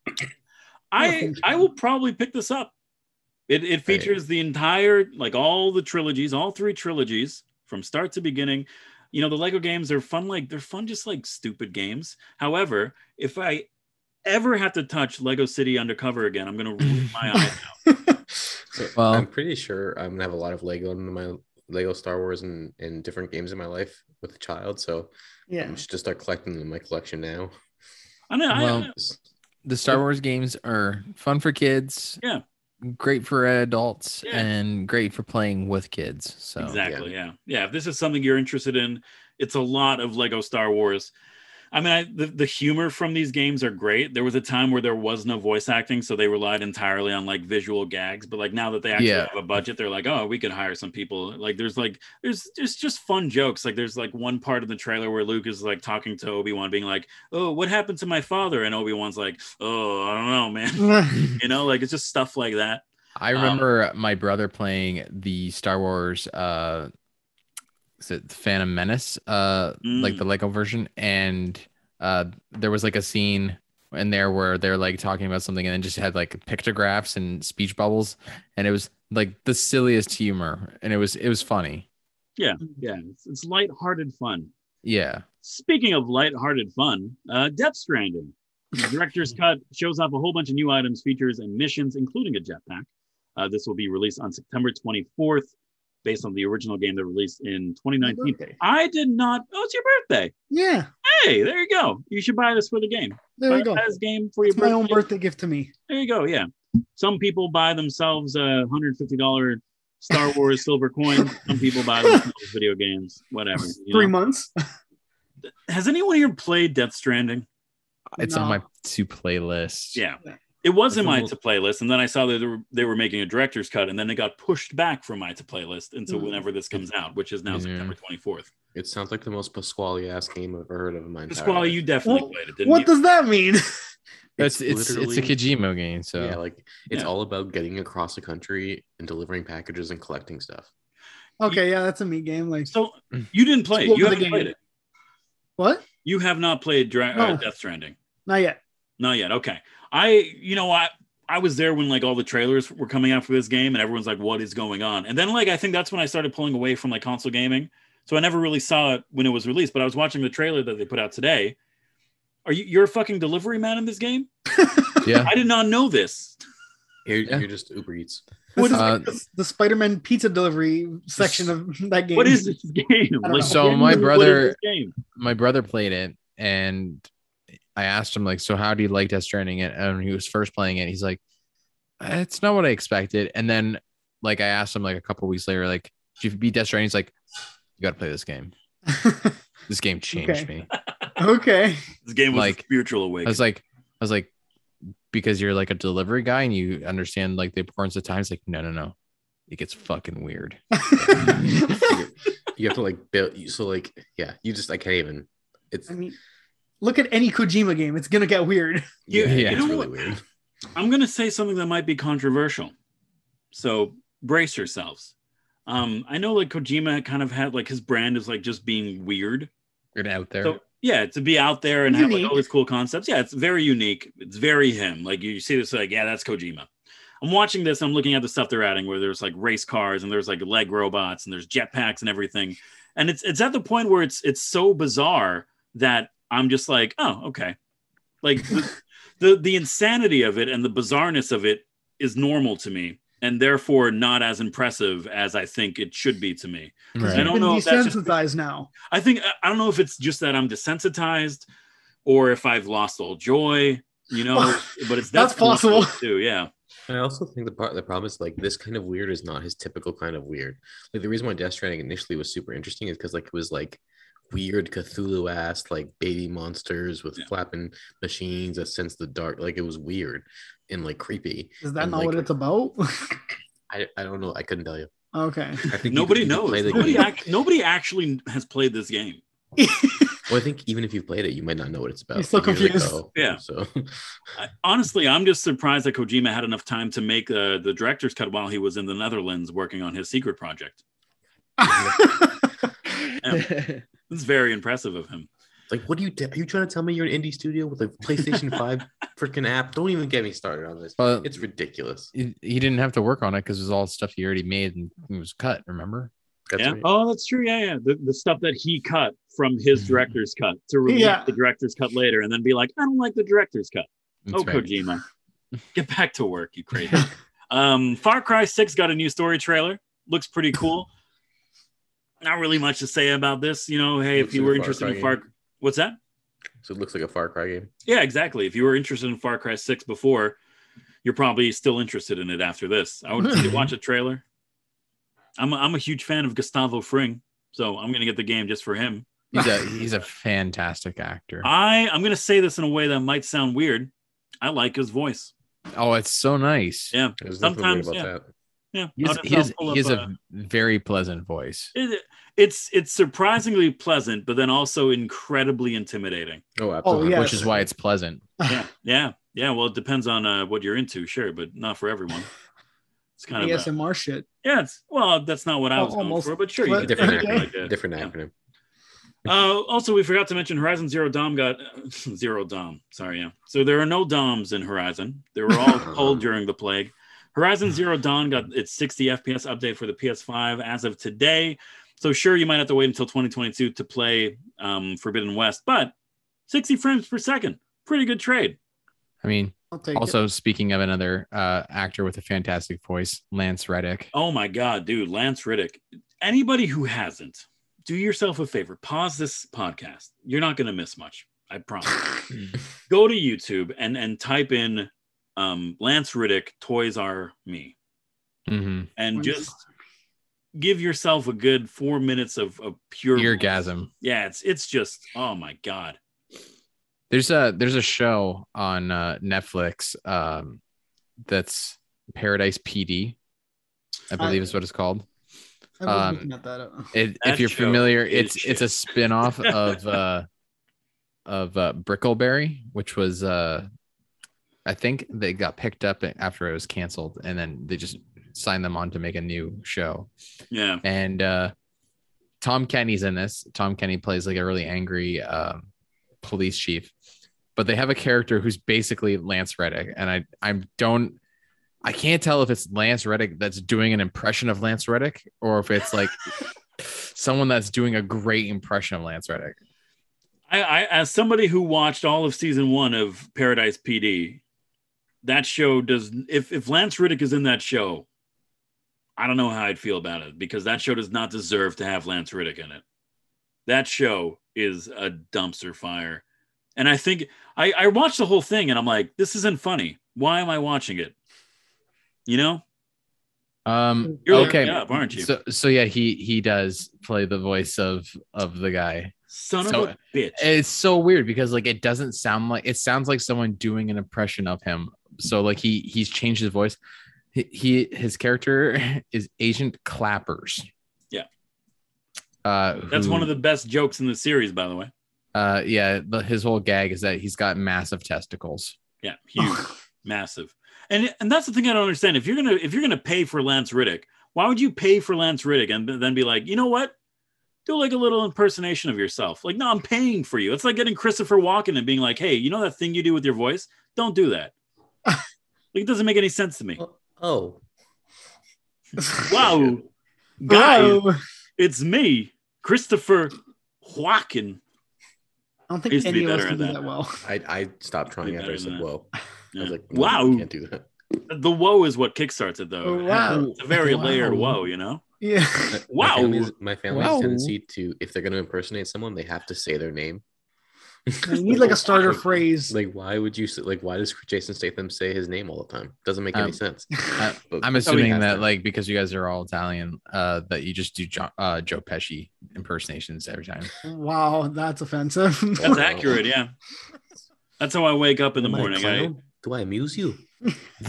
S1: Yeah, I
S2: I
S1: think so.
S2: I will probably pick this up. It, it features the entire like all the trilogies, all three trilogies from start to beginning. You know, the Lego games are fun like they're fun just like stupid games. However, if I ever have to touch Lego City Undercover again, I'm going to roll my eyes
S4: Well-
S3: I'm pretty sure I'm gonna have a lot of Lego in my Lego Star Wars and, and different games in my life with a child. So
S1: Yeah.
S3: I'm just start collecting them in my collection now.
S2: I know, I-
S4: Well, The Star Wars games are fun for kids.
S2: Yeah.
S4: Great for adults
S2: Yeah.
S4: and great for playing with kids. So
S2: exactly yeah. yeah if this is something you're interested in it's a lot of lego star wars i mean I, the, the humor from these games are great there was a time where there was no voice acting so they relied entirely on like visual gags but like now that they actually
S4: Yeah.
S2: have a budget they're like oh we could hire some people like there's like there's there's just fun jokes like there's like one part of the trailer where luke is like talking to obi-wan being like oh what happened to my father and obi-wan's like oh i don't know man *laughs*
S1: *laughs*
S2: you know like it's just stuff like that
S4: I
S2: Um,
S4: remember my brother playing the Star Wars uh is it Phantom Menace uh like
S2: Mm.
S4: the Lego version and uh there was like a scene in there where they're like talking about something and then just had like pictographs and speech bubbles and it was like the silliest humor and it was it was funny.
S2: yeah it's, it's lighthearted fun
S4: Yeah.
S2: Speaking of lighthearted fun, uh, Death Stranding,
S1: *laughs*
S2: the director's cut, shows off a whole bunch of new items, features, and missions, including a jetpack. Uh, this will be released on September 24th, based on the original game that released in 2019.
S1: Okay.
S2: I did not. Oh, it's your birthday.
S1: Yeah.
S2: Hey, there you go. You should buy this for the game.
S1: There we
S2: Buy-
S1: go.
S2: Buy this game for
S1: It's
S2: your
S1: my own birthday gift to me.
S2: There you go. Yeah. Some people buy themselves a $150 Star
S1: *laughs*
S2: Wars silver coin. Some people buy themselves video games, whatever. you
S1: Three
S2: know?
S1: months.
S2: Has anyone here played Death Stranding?
S4: It's on
S1: No.
S4: my to play list.
S2: Yeah. It was
S4: Like
S2: in
S4: the
S2: my
S4: little-
S2: to playlist, and then I saw that they were, they were making a director's cut, and then it got pushed back from my to playlist until
S1: Mm.
S2: whenever this comes out, which is now
S4: Yeah.
S2: September 24th.
S3: It sounds like the most Pasquale ass game I've ever heard of in my entire
S2: Pasquale,
S3: life.
S2: you definitely
S1: Well,
S2: played it,
S1: *laughs*
S2: didn't
S1: What
S2: *laughs* you?
S1: does that mean?
S4: It's it's it's, a
S3: literally-
S4: Kojima game, so
S3: yeah, like it's
S2: Yeah.
S3: all about getting across the country and delivering packages and collecting stuff.
S1: okay, yeah, that's a meat game. Like
S2: so you didn't play it.
S1: Well,
S2: You
S1: the
S2: haven't
S1: game.
S2: played it.
S1: what?
S2: You have not played Dra- uh,
S1: No.
S2: Death Stranding.
S1: Not yet.
S2: Not yet. Okay. I, you know, I I was there when like all the trailers were coming out for this game, and everyone's like, "What is going on?" And then like I think that's when I started pulling away from like console gaming, so I never really saw it when it was released. But I was watching the trailer that they put out today. Are you you're a fucking delivery man in this game?
S4: *laughs* yeah.
S2: I did not know this.
S3: You're,
S4: Yeah.
S3: you're just Uber Eats.
S1: What is
S4: Uh,
S1: like the, the Spider-Man pizza delivery section
S2: *laughs*
S1: of that game?
S2: What is this *laughs* game?
S1: I don't know.
S4: So
S2: what is-
S4: my
S2: what is
S4: brother-
S2: this game.
S4: my brother played it and I asked him like, so how do you like Death Stranding? It and when he was first playing it. He's like, it's not what I expected. And then like I asked him like a couple weeks later, like, did you beat Death Stranding? He's like, you got to play this game. This game changed me. I
S1: *laughs*
S4: *laughs*
S1: okay.
S2: This game was
S4: Like,
S2: a spiritual awakening.
S4: was like, I was like, because you're like a delivery guy and you understand like the importance of time. It's like, no, no, no, it gets fucking weird.
S1: I
S3: You have to like build. you- So like, yeah, you just I can't even. It's
S1: mean, look at any Kojima game; it's gonna get weird.
S3: yeah,
S4: you
S3: it's
S2: know
S3: really
S2: what-
S3: weird.
S2: I'm going to say something that might be controversial. So brace yourselves. Um, I know like Kojima kind of had like his brand is like just being weird.
S4: You're out there.
S2: So yeah, to be out there and have like
S1: Unique.
S2: all these cool concepts. Yeah, it's very unique. It's very him. Like you see this, like, yeah, that's Kojima. I'm watching this, I'm looking at the stuff they're adding where there's like race cars and there's like leg robots and there's jetpacks and everything. And it's it's at the point where it's it's so bizarre that I'm just like, oh, okay. Like the the, the insanity of it and the bizarreness of it is normal to me and therefore not as impressive as I think it should be to me.
S4: Right.
S2: I don't know if that's just-
S1: Desensitized now.
S2: I think I- I don't know if it's just that I'm desensitized or if I've lost all joy, you *laughs* know, but it's
S1: That's possible.
S2: definitely too, yeah.
S3: I also think the part the problem is like this kind of weird is not his typical kind of weird. Like the reason why Death Stranding initially was super interesting is because like it was like weird Cthulhu ass like baby monsters with
S2: Yeah.
S3: flapping machines that sense the dark. Like it was weird and like creepy.
S1: Is that
S3: And,
S1: not
S3: like-
S1: what it's about? *laughs*
S3: I, I don't know. I couldn't tell you.
S2: *laughs*
S1: okay. *laughs*
S3: I think you
S2: Nobody
S3: could- you could
S2: knows.
S3: play the
S2: Nobody,
S3: game.
S2: act, nobody actually has played this game.
S3: Well, I think even if you've played it, you might not know what it's about.
S1: You're still
S3: Like, years
S1: confused.
S3: ago,
S2: Yeah.
S3: *laughs* So
S2: I, honestly, I'm just surprised that Kojima had enough time to make uh, the director's cut while he was in the Netherlands working on his secret project. It's very impressive of him.
S3: like, what do you? T- are you trying to tell me you're an indie studio with a
S2: *laughs*
S3: PlayStation Five freaking app? Don't even get me started on this.
S4: But
S3: It's ridiculous.
S4: he he didn't have to work on it because it was all stuff he already made and it was cut. Remember?
S3: That's
S2: yeah.
S3: right.
S2: Oh, that's true. Yeah, yeah. The, the stuff that he cut from
S3: Mm-hmm.
S2: his director's cut to release
S1: Yeah.
S2: the director's cut later, and then be like, I don't like the director's cut.
S4: That's
S2: Oh, Kojima, *laughs* get back to work, you crazy. um, Far Cry 6 got a new story trailer. Looks pretty cool. Not really much to say about this. You know, hey, if
S3: Looks
S2: you
S3: like
S2: were
S3: a Far
S2: interested
S3: Cry
S2: in Far What's that?
S3: So it looks like a Far Cry game.
S2: Yeah, exactly. If you were interested in Far Cry 6 before, you're probably still interested in it after this. I would say watch
S3: *laughs*
S2: a trailer. I'm a, I'm a huge fan of Gustavo Fring, so I'm going to get the game just for him. *laughs*
S4: He's a he's a fantastic actor.
S2: I I'm going to say this in a way that might sound weird. I like his voice.
S4: Oh, it's so nice.
S2: Yeah.
S3: There's nothing weird
S2: Sometimes,
S3: about
S2: yeah.
S3: that.
S2: Yeah.
S4: He has,
S2: I'll-
S4: he
S2: I'll
S4: has,
S2: pull up,
S4: he has
S2: uh,
S4: a very pleasant voice.
S2: It- it's it's surprisingly pleasant, but then also incredibly
S1: *laughs*
S2: intimidating.
S3: Oh, absolutely.
S1: yeah.
S4: Which is why it's pleasant.
S2: Yeah, yeah, yeah. Well, it depends on uh, what you're into, sure, but not for everyone. It's kind of uh,
S1: ASMR shit.
S2: yeah. It's, well, that's not what I
S1: Al-
S2: was going
S1: almost.
S2: for, but sure, you
S1: Well,
S2: could
S3: different
S2: think of it
S3: acronym.
S2: like that.
S3: different
S2: Yeah. *laughs*
S3: acronym.
S2: Uh, also, we forgot to mention Horizon Zero Dom got *laughs* Zero Dom. Sorry, yeah. So there are no Doms in Horizon. They were all cold during the plague. Horizon Zero Dawn got its 60 FPS update for the PS5 as of today. So sure, you might have to wait until 2022 to play um, Forbidden West, but 60 frames per second, pretty good trade.
S4: I mean,
S1: I'll take it.
S4: also speaking of another uh, actor with a fantastic voice, Lance Reddick.
S2: Oh my God, dude, Lance Riddick. Anybody who hasn't, do yourself a favor. Pause this podcast. You're not going to miss much. I promise.
S3: Mm.
S2: Go to YouTube and and type in um, Lance Riddick toys are me
S4: Mhm.
S2: and
S1: When-
S2: just give yourself a good four minutes of, of pure
S4: Eargasm.
S2: Yeah, it's it's just oh my god.
S4: There's a there's a show on uh, Netflix um, that's Paradise PD, I believe is what it's called.
S1: I was
S4: Um,
S1: looking at that. uh,
S4: It,
S2: That
S4: if you're
S2: show
S4: familiar,
S2: is
S4: it's it's a
S2: shit. *laughs*
S4: spin-off of uh, of uh, Brickleberry, which was uh, I think they got picked up after it was canceled, and then they just signed them on to make a new show.
S2: Yeah.
S4: and uh Tom Kenny's in this. Tom Kenny plays like a really angry um, police chief, but they have a character who's basically Lance Reddick, and I I don't I can't tell if it's Lance Reddick that's doing an impression of Lance Reddick or if it's like someone that's doing a great impression of Lance Reddick.
S2: I, I as somebody who watched all of season one of Paradise PD, that show does if if Lance Riddick is in that show, I don't know how I'd feel about it because that show does not deserve to have Lance Riddick in it. That show is a dumpster fire. And I think I, I watched the whole thing and I'm like, this isn't funny. Why am I watching it? You know?
S4: Um,
S2: You're looking
S4: okay,
S2: it up, aren't you?
S4: so so yeah, he he does play the voice of of the guy.
S2: Son
S4: so- eh,
S2: of a bitch.
S4: it's so weird because like it doesn't sound like it sounds like someone doing an impression of him so like he he's changed his voice he, he his character *laughs* is agent clappers
S2: Yeah.
S4: uh
S2: That's one of the best jokes in the series, by the way.
S4: the uh yeah the, his whole gag is that he's got massive testicles
S2: Yeah, huge,
S1: *laughs*
S2: massive. And and that's the thing I don't understand. If you're gonna if you're gonna pay for Lance Riddick, why would you pay for Lance Riddick and then be like, you know what? Do like a little impersonation of yourself. Like, no, I'm paying for you. It's like getting Christopher Walken and being like, hey, you know that thing you do with your voice? Don't do that. like, it doesn't make any sense to me.
S3: Oh,
S2: *laughs* Wow, guys,
S1: Hello.
S2: it's me, Christopher Walken.
S1: I don't think
S2: Used to be
S1: any of us
S2: better
S1: can do
S2: at that.
S1: that
S2: *laughs*
S1: well.
S3: I, I stopped trying
S2: Be
S3: after I
S2: better than
S3: said
S2: that.
S3: whoa. I
S2: Yeah.
S3: was like, no,
S2: wow,
S3: you can't do that.
S2: the woe is what kickstarts it though.
S1: Oh, wow.
S2: It's a very
S4: Wow.
S2: layered woe, you know.
S1: Yeah.
S3: My-
S2: Uh, Wow.
S3: *laughs* My family's, my family's
S4: Wow.
S3: tendency to, if they're going to impersonate someone, they have to say their name.
S1: You need like a starter
S3: Why?
S1: phrase.
S3: Like, why would you? say- Like, why does Jason Statham say his name all the time? Doesn't make any
S4: Um,
S3: *laughs* sense.
S4: I-
S3: But
S4: i'm
S3: we
S4: assuming
S3: have
S4: that
S3: to.
S4: like because you guys are all italian uh that you just do jo- uh, joe pesci impersonations every
S2: *laughs*
S4: time
S1: *laughs* Wow, that's offensive. *laughs*
S2: That's accurate, yeah. That's how I wake up in the
S3: Am I a
S2: morning. eh? I,
S3: clown? do I amuse you?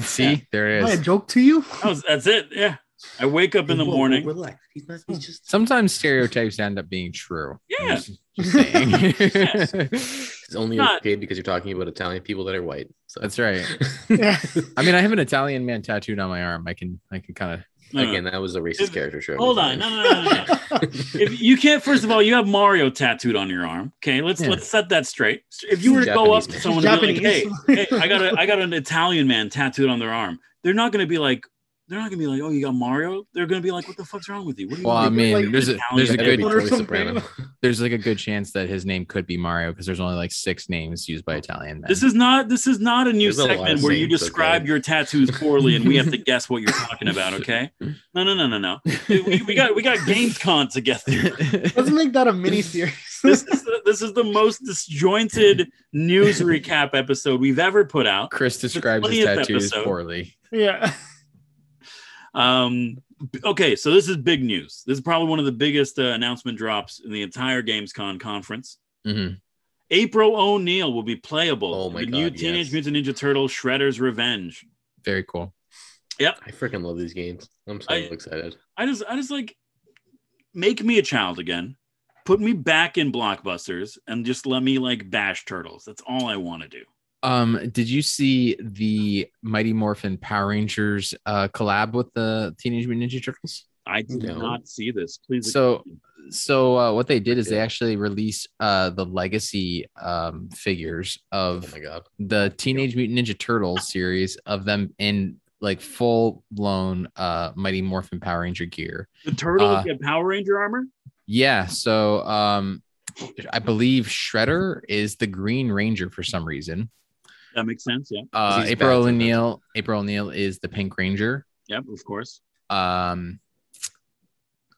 S4: see there it
S1: Am I a
S4: is
S1: joke to
S2: *laughs*
S1: you?
S2: that was- that's it. Yeah. I wake up in the
S3: Whoa, whoa,
S2: morning. Hmm.
S3: relax. He's not. He's just.
S4: sometimes stereotypes end up being true I'm
S2: Yeah.
S4: just-
S2: *laughs*
S4: just saying. *laughs*
S3: It's only
S2: Not-
S3: okay because you're talking about Italian people that are white. So
S4: That's right.
S2: *laughs*
S1: Yeah.
S4: I mean, I have an Italian man tattooed on my arm. I can, I can kind of.
S2: No, no.
S3: again, that was a racist
S2: If-
S3: character show.
S2: Uh, Hmm. Hold on. No, no, no, no, no. if you can't, first of all, you have Mario tattooed on your arm. Okay, let's
S4: Yeah.
S2: let's set that straight. If you were to go up
S3: Japanese
S2: to
S3: man.
S2: someone and be like, hey,
S1: Japanese.
S2: hey, I got a I got an Italian man tattooed on their arm, they're not gonna be like they're not gonna be like, oh, you got Mario. They're gonna be like, what the fuck's wrong with you? What do you
S4: Well, I
S2: want?
S1: mean,
S4: mean,
S1: like,
S4: there's a there's a
S1: Italian
S4: good
S1: people-
S3: Tony
S1: or something.
S3: Soprano.
S4: there's like a good chance that his name could be Mario because there's only like six names used by Italian men.
S2: This is not this is not a new
S3: There's a lot of
S2: segment where you
S3: names,
S2: describe
S3: okay?
S2: your tattoos poorly and we
S3: *laughs*
S2: have to guess what you're talking about. Okay? No, no, no, no, no. We, we got we got GamesCon together.
S1: Let's make that a mini series.
S2: *laughs* This is the, this is the most disjointed news recap episode we've ever put out.
S4: *laughs* Chris describes his
S2: 20th
S4: tattoos
S2: episode.
S4: poorly.
S1: yeah.
S2: Um, b- okay, so this is big news. This is probably one of the biggest uh, announcement drops in the entire GamesCon conference.
S4: Mhm.
S2: April O'Neil will be playable.
S3: Oh
S2: in
S3: my
S2: the new
S3: God,
S2: Teenage
S3: yes.
S2: Mutant Ninja Turtle Shredder's Revenge.
S4: Very cool.
S3: I freaking love these games. I'm so
S2: I-
S3: excited.
S2: I just I just like make me a child again. Put me back in blockbusters and just let me like bash turtles. That's all I want to do.
S4: Um, did you see the Mighty Morphin Power Rangers uh, collab with the Teenage Mutant Ninja Turtles?
S2: I did
S3: No.
S2: not see this. Please.
S4: So- so uh, what they did is they
S3: Yeah.
S4: actually released uh, the legacy um, figures
S3: Oh
S4: of
S3: my god.
S4: the Teenage Mutant Ninja Turtles series of them in like full blown uh, Mighty Morphin Power Ranger gear.
S2: the turtles
S4: uh,
S2: get Power Ranger armor.
S4: Yeah, so um, I believe Shredder is the Green Ranger for some reason.
S2: That makes sense. Yeah.
S4: Uh,
S3: He's
S4: April
S3: bad sometimes.
S4: O'Neil, April O'Neil is the Pink Ranger.
S2: Yep. Of course.
S4: Um,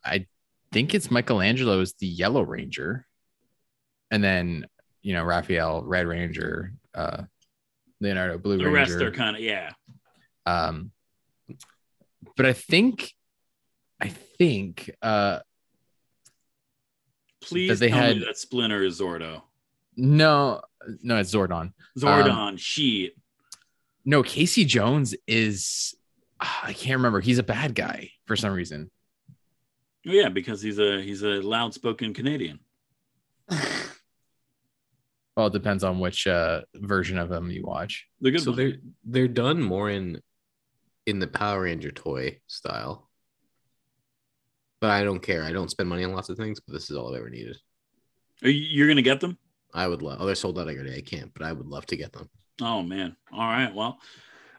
S4: I think it's Michelangelo is the Yellow Ranger, and then you know Raphael Red Ranger, uh, Leonardo Blue
S2: The rest are
S4: Ranger.
S2: kind of yeah.
S4: um, but I think, I think uh,
S2: Please
S4: they
S2: tell
S4: had- Um,
S2: me that Splinter is Zordo.
S4: No, no, it's Zordon.
S2: Zordon, shit.
S4: No, Casey Jones is ah, I can't remember. He's a bad guy for some reason.
S2: Yeah, because he's a he's a loud-spoken Canadian.
S4: Well, it depends on which uh version of him you watch.
S2: The good
S3: so
S2: one.
S3: they're they're done more in in the Power Ranger toy style. But I don't care. I don't spend money on lots of things, but this is all I've ever needed.
S2: Are you, you're gonna get them?
S3: I would love. Oh, they're sold out already. I can't, but I would love to get them.
S2: Oh man. All right. Well,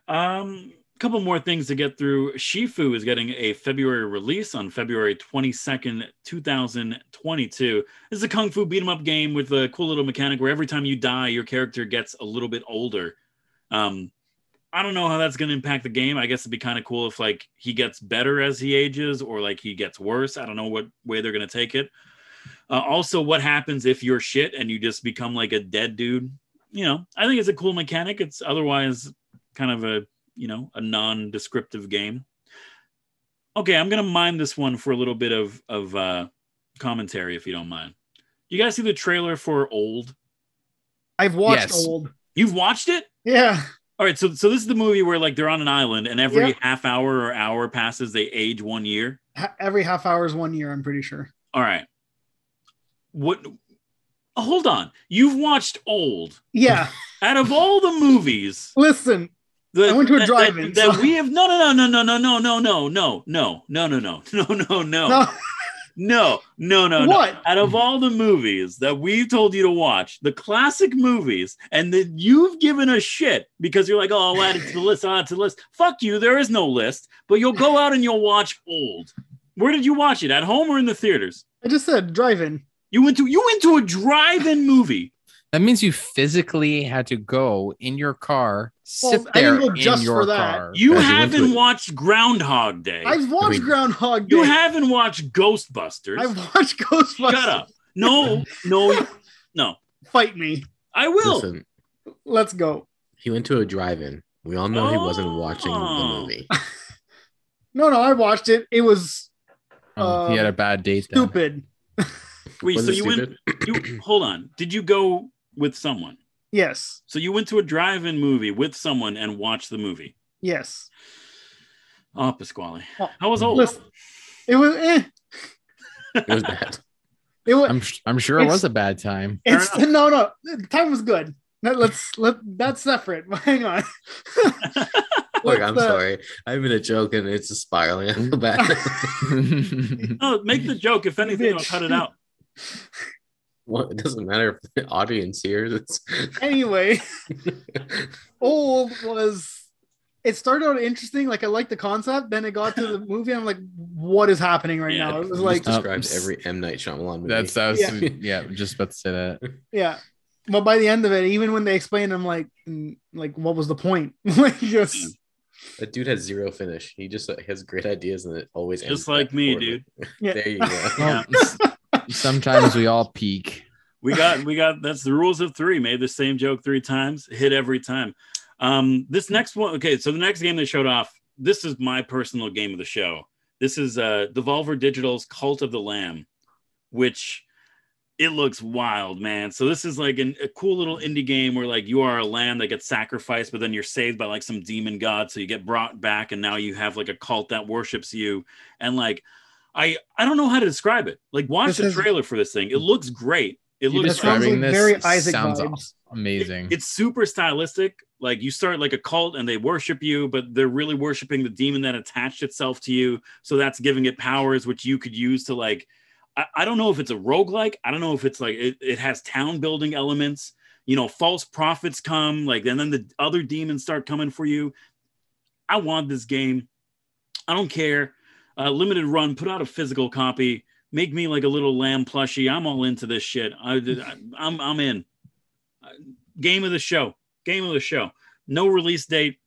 S2: um, a couple more things to get through. Shifu is getting a February release on February 22nd, 2022. This is a kung fu beat 'em up game with a cool little mechanic where every time you die, your character gets a little bit older. Um, I don't know how that's going to impact the game. I guess it'd be kind of cool if like he gets better as he ages or like he gets worse. I don't know what way they're going to take it. Uh, also, what happens if you're shit and you just become like a dead dude? you know, I think it's a cool mechanic. It's otherwise kind of a, you know, a non-descriptive game. Okay, I'm gonna mime this one for a little bit of of uh, commentary, if you don't mind. You guys see the trailer for Old?
S1: I've watched
S4: Yes.
S1: old.
S2: You've watched it?
S1: Yeah.
S2: All right, so so this is the movie where like they're on an island, and every
S1: Yeah.
S2: half hour or hour passes, they age one year.
S1: Ha- every half hour is one year, I'm pretty sure.
S2: All right, what? Hold on, you've watched Old. *laughs*
S1: Yeah. *laughs*
S2: Out of all the movies,
S1: Listen,
S2: The-
S1: I went to a
S2: that-
S1: drive-in,
S2: That, that
S1: so-
S2: we have no no no no no no no no no no no no no no *laughs* no no no
S1: no,
S2: no no no no.
S1: what?
S2: Out of all the movies that we've told you to watch, the classic movies, and that you've given a shit because you're like, oh, I'll add it to the list, I'll add it to the list. Fuck you, there is no list. But you'll go out and you'll watch old. Where did you watch it? At home or in the theaters?
S1: I just said drive-in.
S2: You went to you went to a drive-in movie.
S4: That means you physically had to go in your car,
S1: Well,
S4: sit
S1: I
S4: there
S1: didn't go
S4: in
S1: just
S4: your
S1: for that.
S4: car.
S2: You
S3: Guys, you went to
S2: haven't
S3: a-
S2: watched Groundhog Day.
S1: I've watched
S3: mean-
S1: Groundhog Day.
S2: you haven't watched Ghostbusters.
S1: I've watched *laughs* Ghostbusters.
S2: Shut up. No, no, no.
S1: Fight me.
S2: I will.
S3: Listen,
S1: Let's go.
S3: he went to a drive-in. We all know he wasn't watching the
S2: Oh.
S3: movie.
S1: No, no, I watched it. It was
S4: Oh, he had a bad date. Then.
S1: uh, stupid.
S2: *laughs* Wait,
S3: Was
S2: so
S3: it
S2: you went,
S3: stupid?
S2: you, hold on. Did you go with someone?
S1: Yes.
S2: So you went to a drive in movie with someone and watched the movie.
S1: Yes.
S2: Oh, Pasquale.
S1: Oh,
S2: I was old.
S1: listen. It was eh.
S3: It was
S2: *laughs*
S3: bad.
S1: It was
S4: I'm I'm sure it
S1: It's-
S4: was a bad time. *laughs*
S2: Fair
S1: it's no no. The time was good. Let- Let's let that's separate. *laughs* Hang on.
S3: Look,
S1: Let's,
S3: I'm
S1: uh,
S3: sorry. I'm in a joke and it's just spiraling. I feel *laughs* bad.
S2: *laughs* No, make the joke. If anything, I'll
S1: bitch.
S2: cut it out.
S3: What- it doesn't matter if the audience hears. It's
S1: *laughs* Anyway, old was it started out interesting. Like I liked the concept. Then it got to the movie. I'm like, what is happening right
S2: Yeah.
S1: now?
S3: *laughs*
S1: It was
S3: This
S1: like
S4: Uh,
S3: describes every M Night Shyamalan movie.
S2: uh,
S4: That's I was,
S1: Yeah.
S4: yeah. just about to say that.
S1: yeah. But by the end of it, even when they explained, I'm like, mm, like what was the point? *laughs* like just
S3: That dude has zero finish. He just uh, has great ideas and it always
S2: Just
S3: ends
S2: like
S3: back
S2: me,
S3: poorly.
S2: dude.
S1: Yeah.
S3: There you go. *laughs*
S2: Yeah.
S4: Well, s-
S2: *laughs*
S4: sometimes we all peak.
S2: We got, we got, that's the rules of three. Made the same joke three times, hit every time. Um, this next one, okay, so the next game they showed off, this is my personal game of the show. This is uh Devolver Digital's Cult of the Lamb, which it looks wild, man. So this is like an, a cool little indie game where like you are a lamb that gets sacrificed, but then you're saved by like some demon god, so you get brought back, and now you have like a cult that worships you, and like. I, I don't know how to describe it. Like watch
S1: This
S2: the
S1: is-
S2: trailer for this thing. It looks great. It
S4: You
S2: looks
S1: described sounds
S4: describing
S1: like
S4: this
S1: very Isaac
S4: sounds
S1: vibes.
S4: aw- amazing.
S2: it- it's super stylistic. Like you start like a cult and they worship you, but they're really worshiping the demon that attached itself to you. So that's giving it powers which you could use to like I, I don't know if it's a roguelike. I don't know if it's like it, it has town building elements. You know, false prophets come, like, and then the other demons start coming for you. I want this game. I don't care. Uh, limited run, put out a physical copy, make me like a little lamb plushie. I'm all into this shit. I, I, I'm, I'm in game of the show. Game of the show. No release date,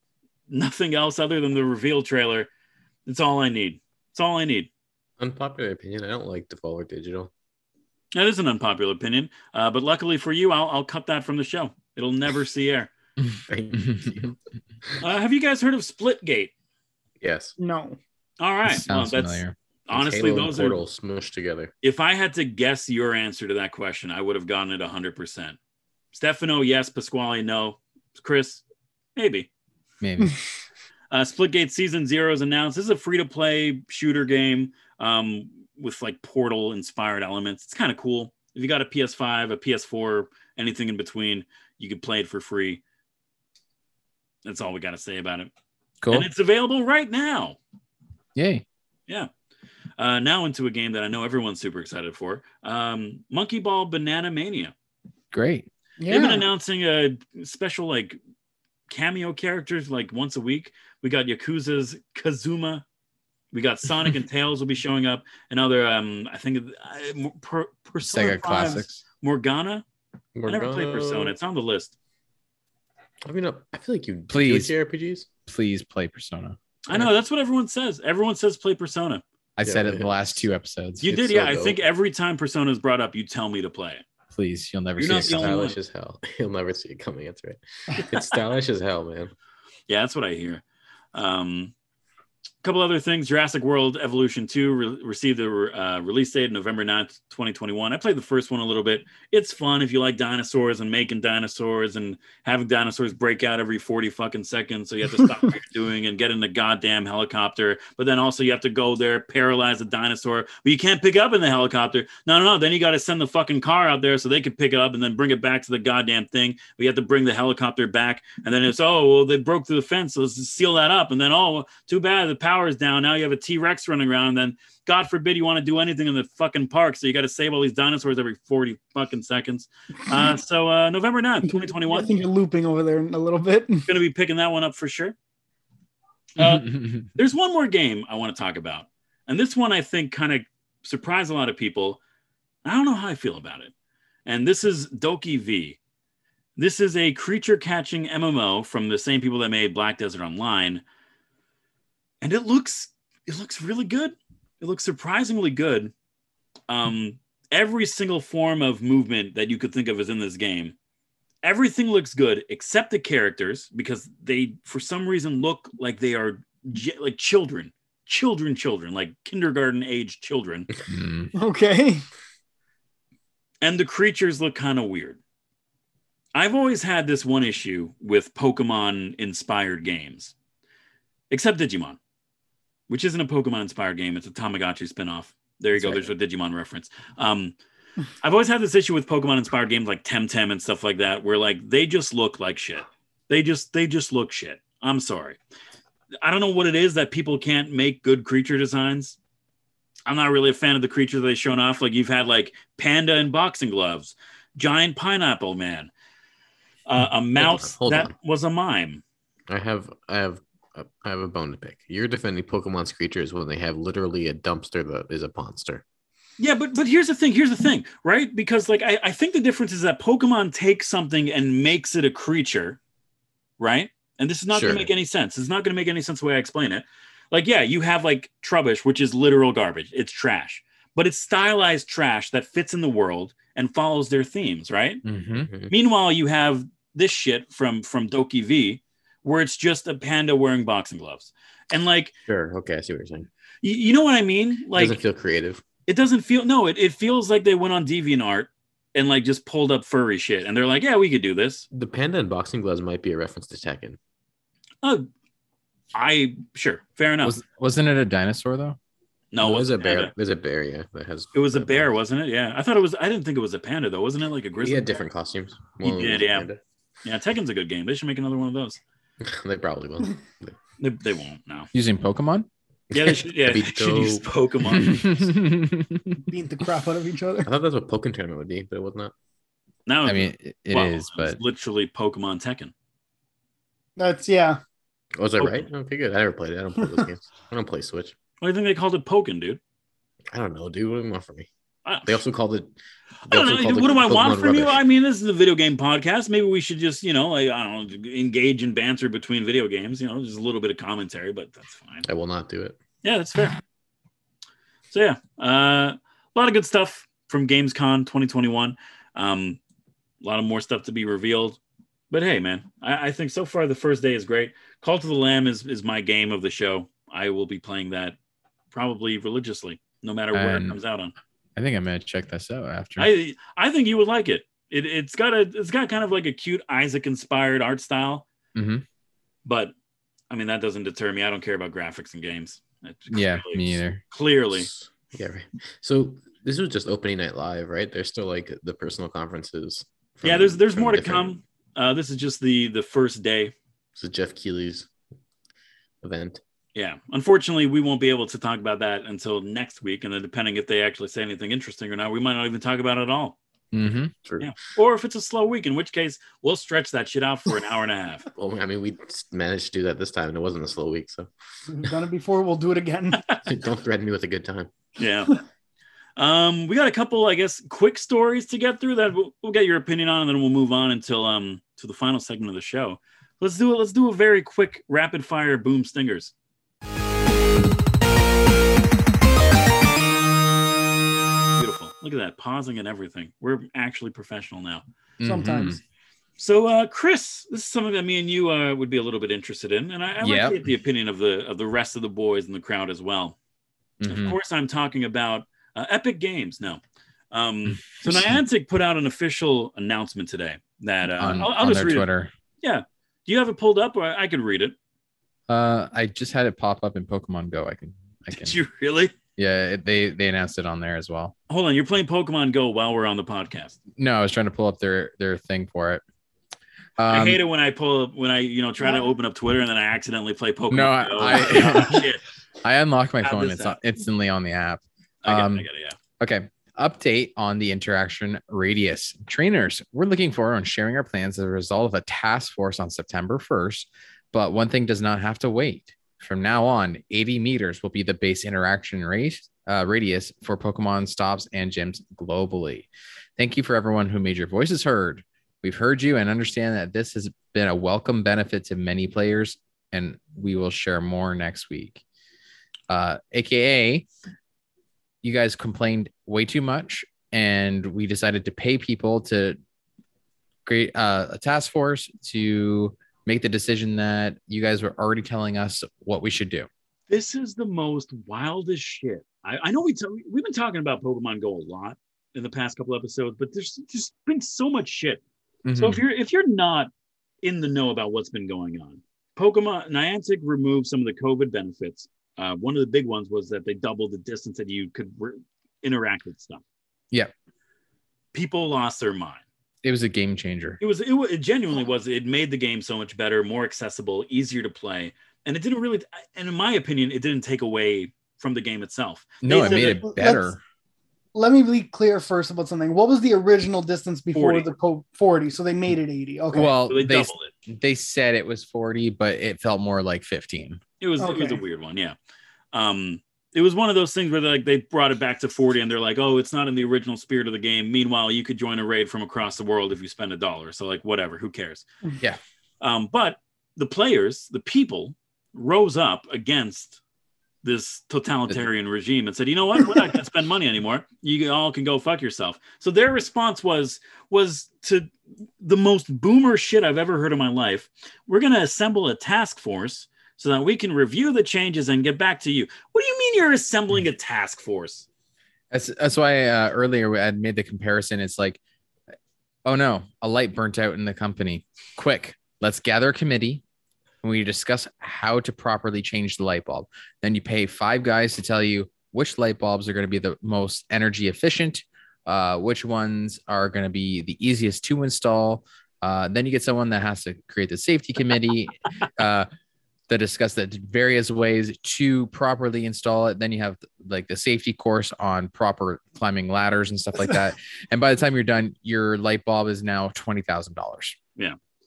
S2: nothing else other than the reveal trailer. It's all I need. It's all I need.
S3: Unpopular opinion. I don't like
S2: *laughs*
S3: Devolver Digital.
S2: That is an unpopular opinion, uh, but luckily for you, I'll, I'll cut that from the show. It'll never see air.
S4: *laughs*
S3: Thank you.
S2: Uh, have you guys heard of Splitgate?
S3: yes.
S1: no.
S2: *laughs* All
S4: It
S2: right. Well,
S4: sounds
S2: that's
S4: familiar.
S2: honestly those are.
S3: portal smushed together.
S2: If I had to guess your answer to that question, I would have gotten it 100%. Stefano, yes. Pasquale, no. Chris, maybe. *laughs*
S4: Maybe.
S2: Uh, Splitgate Season Zero is announced. This is a free to play shooter game um, with like Portal inspired elements. It's kind of cool. If you got a PS5, a PS4, anything in between, you could play it for free. That's all we got to say about it.
S4: Cool.
S2: And it's available right now.
S4: Yay.
S2: Uh, now into a game that I know everyone's super excited for um, Monkey Ball Banana Mania.
S4: Great.
S2: They've been
S1: Yeah.
S2: announcing a special like cameo characters like once a week. We got Yakuza's Kazuma. We got Sonic and Tails will be showing up. Another, um, I think, uh, per, Persona
S4: Sega
S2: 5's
S4: classics.
S2: Morgana. I never
S3: Morgana-
S2: played Persona. It's on the list.
S3: I mean, I feel like you
S4: Please.
S3: do JRPGs.
S4: Please play Persona.
S2: I know that's what everyone says. Everyone says play Persona.
S4: I
S3: Yeah,
S4: said it in
S3: yeah.
S4: the last two episodes.
S2: You
S3: It's
S2: did,
S3: so
S2: yeah. I
S3: dope.
S2: think every time Persona is brought up, you tell me to play it.
S4: Please, you'll never
S2: You're
S4: see
S2: not
S4: it.
S2: the only
S4: coming.
S3: Stylish as hell. *laughs* You'll never see it coming. That's right. It's stylish as hell, man.
S2: Yeah, that's what I hear. Um, a couple other things Jurassic World Evolution 2 re- received a re- uh, release date November 9th, 2021. I played the first one a little bit. It's fun if you like dinosaurs and making dinosaurs and having dinosaurs break out every 40 fucking seconds. So you have to stop what you're doing and get in the goddamn helicopter. But then also you have to go there, paralyze the dinosaur, but you can't pick up in the helicopter. No, no, no. Then you got to send the fucking car out there so they can pick it up and then bring it back to the goddamn thing. But you have to bring the helicopter back. And then it's, oh, well, they broke through the fence. So let's just seal that up. And then, oh, too bad the power's down. Now you have a T Rex running around. And then, God forbid, you want to do anything in the fucking park. So you got to save all these dinosaurs every 40 fucking seconds.
S1: *laughs*
S2: Uh, so uh, November 9th, 2021
S1: I think you're looping over there a little bit. *laughs*
S2: going to be picking that one up for sure.
S1: Mm-hmm.
S2: Uh,
S4: Mhm.
S2: there's one more game I want to talk about. And this one I think kind of surprised a lot of people. I don't know how I feel about it. And this is Doki V. This is a creature catching MMO from the same people that made Black Desert Online. And it looks it looks really good. It looks surprisingly good. Um every single form of movement that you could think of is in this game. Everything looks good except the characters because they for some reason look like they are j- like children, children, children, like kindergarten age children, uh,
S4: *laughs* Mm.
S1: Okay.
S2: and the creatures look kind of weird. I've always had this one issue with Pokemon inspired games, except Digimon, which isn't a Pokemon inspired game. It's a Tamagotchi spinoff. There you
S3: That's
S2: go.
S3: right.
S2: There's a Digimon reference. Um, I've always had this issue with Pokemon inspired games like Temtem and stuff like that, where like they just look like shit. They just they just look shit. I'm sorry. I don't know what it is that people can't make good creature designs. I'm not really a fan of the creature they've shown off. Like you've had like panda in boxing gloves, giant pineapple man, uh, a mouse
S3: hold
S2: that
S3: on.
S2: was a mime.
S3: I have, I have, I have a bone to pick. You're defending Pokemon's creatures when they have literally a dumpster that is a monster.
S2: Yeah, but but here's the thing. Here's the thing, right? Because like I, I think the difference is that Pokemon takes something and makes it a creature, right? And this is not
S3: Sure.
S2: gonna make any sense. It's not gonna make any sense the way I explain it. Like, yeah, you have like Trubbish, which is literal garbage. It's trash, but it's stylized trash that fits in the world and follows their themes, right?
S4: Mhm.
S2: Meanwhile, you have this shit from from Doki V, where it's just a panda wearing boxing gloves, and like
S3: Sure. Okay, I see what you're saying.
S2: you, you know what I mean. Like
S3: Like, Doesn't feel creative.
S2: it doesn't feel no, it, it feels like they went on DeviantArt and like just pulled up furry shit, and they're like, yeah, we could do this.
S3: The panda and boxing gloves might be a reference to Tekken.
S2: Oh, I sure, fair enough.
S4: Was, wasn't it a dinosaur though?
S2: no, it
S3: there's
S2: was
S3: a
S2: a
S3: bear.
S2: panda.
S3: There's a bear. Yeah, that has.
S2: It was a bear, wasn't it? Yeah, I thought it was. I didn't think it was a panda though. Wasn't it like a grizzly?
S3: He had different costumes.
S2: He
S3: One of them
S2: did,
S3: was a
S2: yeah.
S3: panda. *laughs*
S2: Yeah, Tekken's a good game. They should make another one of those.
S3: they
S2: *laughs*
S3: probably will.
S2: They, they won't. No. *laughs*
S4: Using Pokemon?
S2: Yeah, they should. Yeah, they
S3: That'd be
S2: should use
S3: dope.
S2: Pokemon.
S4: *laughs*
S1: Beat the crap out of each other.
S3: I thought that's what Pokemon tournament would be, but it was not.
S2: Now
S4: I mean, it it is,
S2: Well,
S4: but
S2: it's literally Pokemon Tekken.
S1: *laughs* That's yeah.
S3: Was I
S2: Pokemon.
S3: Oh, right? Okay, good. I never played it. I don't play
S2: *laughs*
S3: those games. I don't play Switch.
S2: Why do you think they called it Pokken, dude?
S3: I don't know, dude. What do you want from me?
S2: I,
S3: They also called it.
S2: I
S3: they
S2: don't
S3: also
S2: know.
S3: called it
S2: What do I want
S3: Pokemon
S2: from you?
S3: rubbish.
S2: I mean, this is a video game podcast. Maybe we should just, you know, like, I don't know, engage in banter between video games. You know, just a little bit of commentary, but that's fine.
S3: I will not do it.
S2: Yeah, that's fair. So yeah, uh, a lot of good stuff from GamesCon 2021. Um, a lot of more stuff to be revealed. But hey, man, I, I think so far the first day is great. Call to the Lamb is is my game of the show. I will be playing that probably religiously, no matter where it
S4: And-
S2: comes out on.
S4: I think I'm gonna check this out after.
S2: I I think you would like it. It it's got a it's got kind of like a cute Isaac inspired art style,
S4: Mhm.
S2: but I mean that doesn't deter me. I don't care about graphics and games. That's
S4: Yeah,
S2: clearly-
S4: me either.
S2: Clearly,
S3: Yeah, right. So this was just opening night live, right? There's still like the personal conferences.
S2: yeah.
S3: from-
S2: There's there's
S3: from
S2: more to
S3: different-
S2: come. Uh, this is just the the first day.
S3: This is Jeff Keeley's event.
S2: Yeah, unfortunately, we won't be able to talk about that until next week, and then depending if they actually say anything interesting or not, we might not even talk about it at all.
S4: hmm
S3: True.
S2: Yeah. Or if it's a slow week, in which case we'll stretch that shit out for an hour and a half.
S3: Well, I mean, we managed to do that this time, and it wasn't a slow
S2: *laughs*
S3: week, so *laughs*
S1: We've done it before. We'll do it again. *laughs*
S3: don't threaten me with a good time.
S2: Yeah. Um, we got a couple, I guess, quick stories to get through that we'll, we'll get your opinion on, and then we'll move on until um to the final segment of the show. Let's do it. Let's do a very quick rapid fire boom stingers. Beautiful. Look at that pausing and everything. We're actually professional now.
S4: Mm-hmm.
S1: Sometimes.
S2: So, uh, Chris, this is something that me and you uh, would be a little bit interested in, and I, I like
S4: Yep.
S2: to get the opinion of the of the rest of the boys in the crowd as well.
S4: Mm-hmm.
S2: Of course, I'm talking about uh, Epic Games. No, um,
S4: *laughs*
S2: so Niantic put out an official announcement today that uh,
S4: On,
S2: I'll, I'll
S4: on
S2: just
S4: their
S2: read it.
S4: Twitter.
S2: Do you have it pulled up, or I could read it?
S4: Uh, I just had it pop up in Pokemon Go. I can. I can.
S2: Did you really?
S4: Yeah, it, they they announced it on there as well.
S2: Hold on, you're playing Pokemon Go while we're on the podcast.
S4: No, I was trying to pull up their their thing for it. Um,
S2: I hate it when I pull up when I you know try to open up Twitter and then I accidentally play Pokemon.
S4: No, I-
S2: Go. *laughs*
S4: I-
S2: Shit.
S4: I unlocked my
S2: Have
S4: phone.
S2: this
S4: It's
S2: app.
S4: on- instantly on the app.
S2: I got
S4: Um,
S2: it. I got it. Yeah.
S4: Okay. Update on the interaction radius. Trainers, we're looking forward on sharing our plans as a result of a task force on September 1st, but one thing does not have to wait. From now on, 80 meters will be the base interaction rate, uh, radius for Pokemon stops and gyms globally. Thank you for everyone who made your voices heard. We've heard you and understand that this has been a welcome benefit to many players, and we will share more next week. Uh, AKA, you guys complained way too much and we decided to pay people to create uh, a task force to make the decision that you guys were already telling us what we should do
S2: this is the most wildest shit. I, I know we t- we've been talking about Pokemon Go a lot in the past couple episodes, but there's just been so much shit. So if you're if you're not in the know about what's been going on, Pokemon Niantic removed some of the COVID benefits. Uh, one of the big ones was that they doubled the distance that you could re- interact with stuff.
S4: Yep.
S2: People lost their mind.
S4: it was a game changer
S2: It was it, wa- it genuinely was. It made the game so much better, more accessible, easier to play, and it didn't really. And in my opinion, it didn't take away from the game itself. They
S4: no it
S2: said
S4: made
S2: that-
S4: it better
S1: Let me be clear first about something. What was the original distance before
S2: 40.
S1: the co- 40? So they made it 80. Okay.
S4: well
S2: So they,
S4: they, they,
S2: doubled it.
S4: said it was 40 but it felt more like 15
S2: It was it was a
S1: Okay.
S2: weird one. Yeah. Um. It was one of those things where they like they brought it back to forty, and they're like, "Oh, it's not in the original spirit of the game." Meanwhile, you could join a raid from across the world if you spend a dollar. So like, whatever, who cares?
S4: Yeah.
S2: Um. But the players, the people, rose up against this totalitarian regime and said, "You know what? We're not going to spend money anymore. You all can go fuck yourself." So their response was was to the most boomer shit I've ever heard in my life. We're going to assemble a task force so that we can review the changes and get back to you. What do you mean you're assembling
S1: Hmm.
S2: a task force?
S4: that's, that's why uh, earlier i had made the comparison it's like oh no a light burnt out in the company quick let's gather a committee and we discuss how to properly change the light bulb. Then you pay five guys to tell you which light bulbs are going to be the most energy efficient, uh, which ones are going to be the easiest to install. Uh, then you get someone that has to create the safety committee uh, that discuss the various ways to properly install it. Then you have like the safety course on proper climbing ladders and stuff like that. and by the time you're done, your light bulb is now twenty thousand dollars.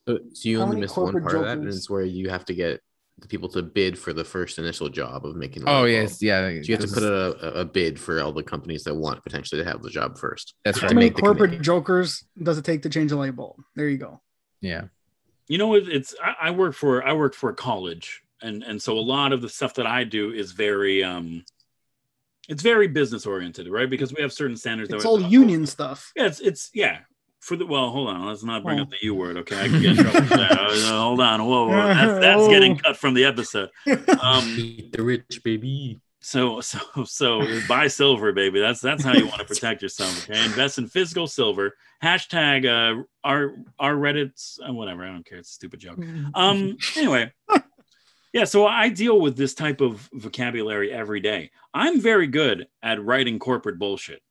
S3: So, so you
S1: How
S3: only
S1: many
S3: missed one
S1: corporate
S3: part of that, and
S1: jokers?
S3: it's where you have to get the people to bid for the first initial job of making. the
S4: Oh
S3: light
S4: yes,
S3: bulb.
S4: yeah.
S3: So you have to put a, a- a bid for all the companies that want potentially to have the job first.
S4: That's
S1: How
S4: right.
S1: many
S3: make the
S1: corporate
S3: committee.
S1: jokers does it take to change a light bulb? There you go.
S4: Yeah.
S2: You know, it- it's I, I work for I work for a college, and and so a lot of the stuff that I do is very um, it's very business oriented, right? Because we have certain standards. that
S1: It's
S2: we-
S1: all union stuff.
S2: Yeah, it's it's yeah. For the well, hold on. Let's not bring
S1: Oh.
S2: up the U word, okay? I can get in trouble
S1: *laughs*
S2: for that. Uh,
S1: Oh.
S2: hold on, whoa, whoa. That's, that's getting cut from the episode. Um,
S3: Eat the rich baby.
S2: So *laughs* so so buy silver, baby. That's that's how you want to protect yourself. Okay, invest in physical silver. Hashtag uh, our our Reddit's uh, whatever. I don't care. It's a stupid joke. Um. Anyway, yeah. So I deal with this type of vocabulary every day. I'm very good at writing corporate bullshit.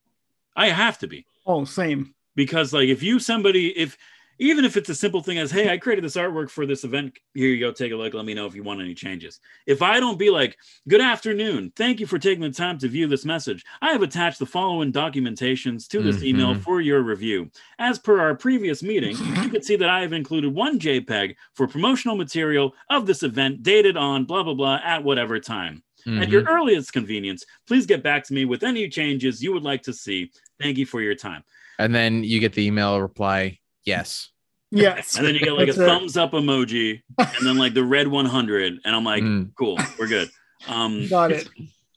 S2: I have to be
S1: *laughs* Oh, same.
S2: because like if you somebody if even if it's a simple thing as hey i created this artwork for this event here you go take a look let me know if you want any changes if i don't be like good afternoon thank you for taking the time to view this message i have attached the following documentations to this email
S4: Mhm.
S2: for your review as per our previous meeting you can see that i have included one jpeg for promotional material of this event dated on blah blah blah at whatever time at your earliest convenience please get back to me with any changes you would like to see thank you for your time
S4: Mm-hmm. And then you get the email reply, yes.
S1: Yes.
S2: And then you get like a
S1: That's it.
S2: thumbs up emoji, and then like the red 100, and I'm like,
S4: Mm.
S2: cool, we're good. Um, *laughs*
S1: Got it.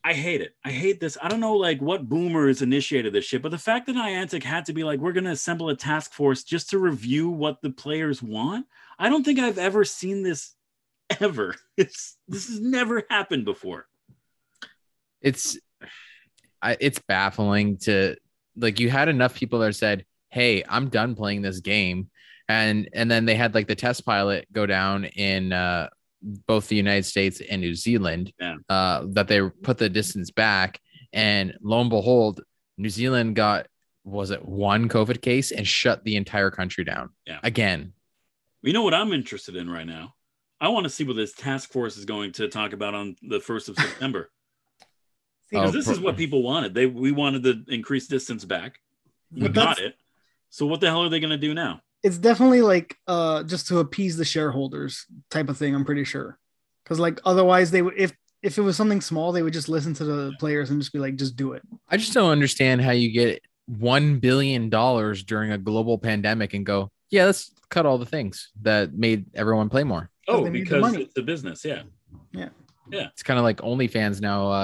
S2: I hate it. I hate this. I don't know like what boomers initiated this shit, but the fact that Niantic had to be like, we're gonna assemble a task force just to review what the players want. I don't think I've ever seen this ever. *laughs* It's this has never happened before.
S4: it's I, it's baffling to like you had enough people that said hey i'm done playing this game and and then they had like the test pilot go down in uh both the united states and new zealand
S2: Yeah.
S4: uh that they put the distance back and lo and behold new zealand got was it one covid case and shut the entire country down
S2: Yeah.
S4: again
S2: You know what I'm interested in right now? I want to see what this task force is going to talk about on the first of
S1: *laughs*
S2: September. Because
S4: Oh,
S2: this
S4: pro-
S2: is what people wanted. They we wanted the increased distance back. We
S1: But
S2: got
S1: that's-
S2: it. So what the hell are they going to do now?
S1: It's definitely like uh just to appease the shareholders type of thing. I'm pretty sure, because like otherwise they would if if it was something small they would just listen to the players and just be like just do it.
S4: i just don't understand how you get one billion dollars during a global pandemic and go yeah let's cut all the things that made everyone play more
S2: Oh,
S1: they need the
S2: because
S1: money.
S2: it's a business, yeah.
S4: it's kind of like OnlyFans now uh,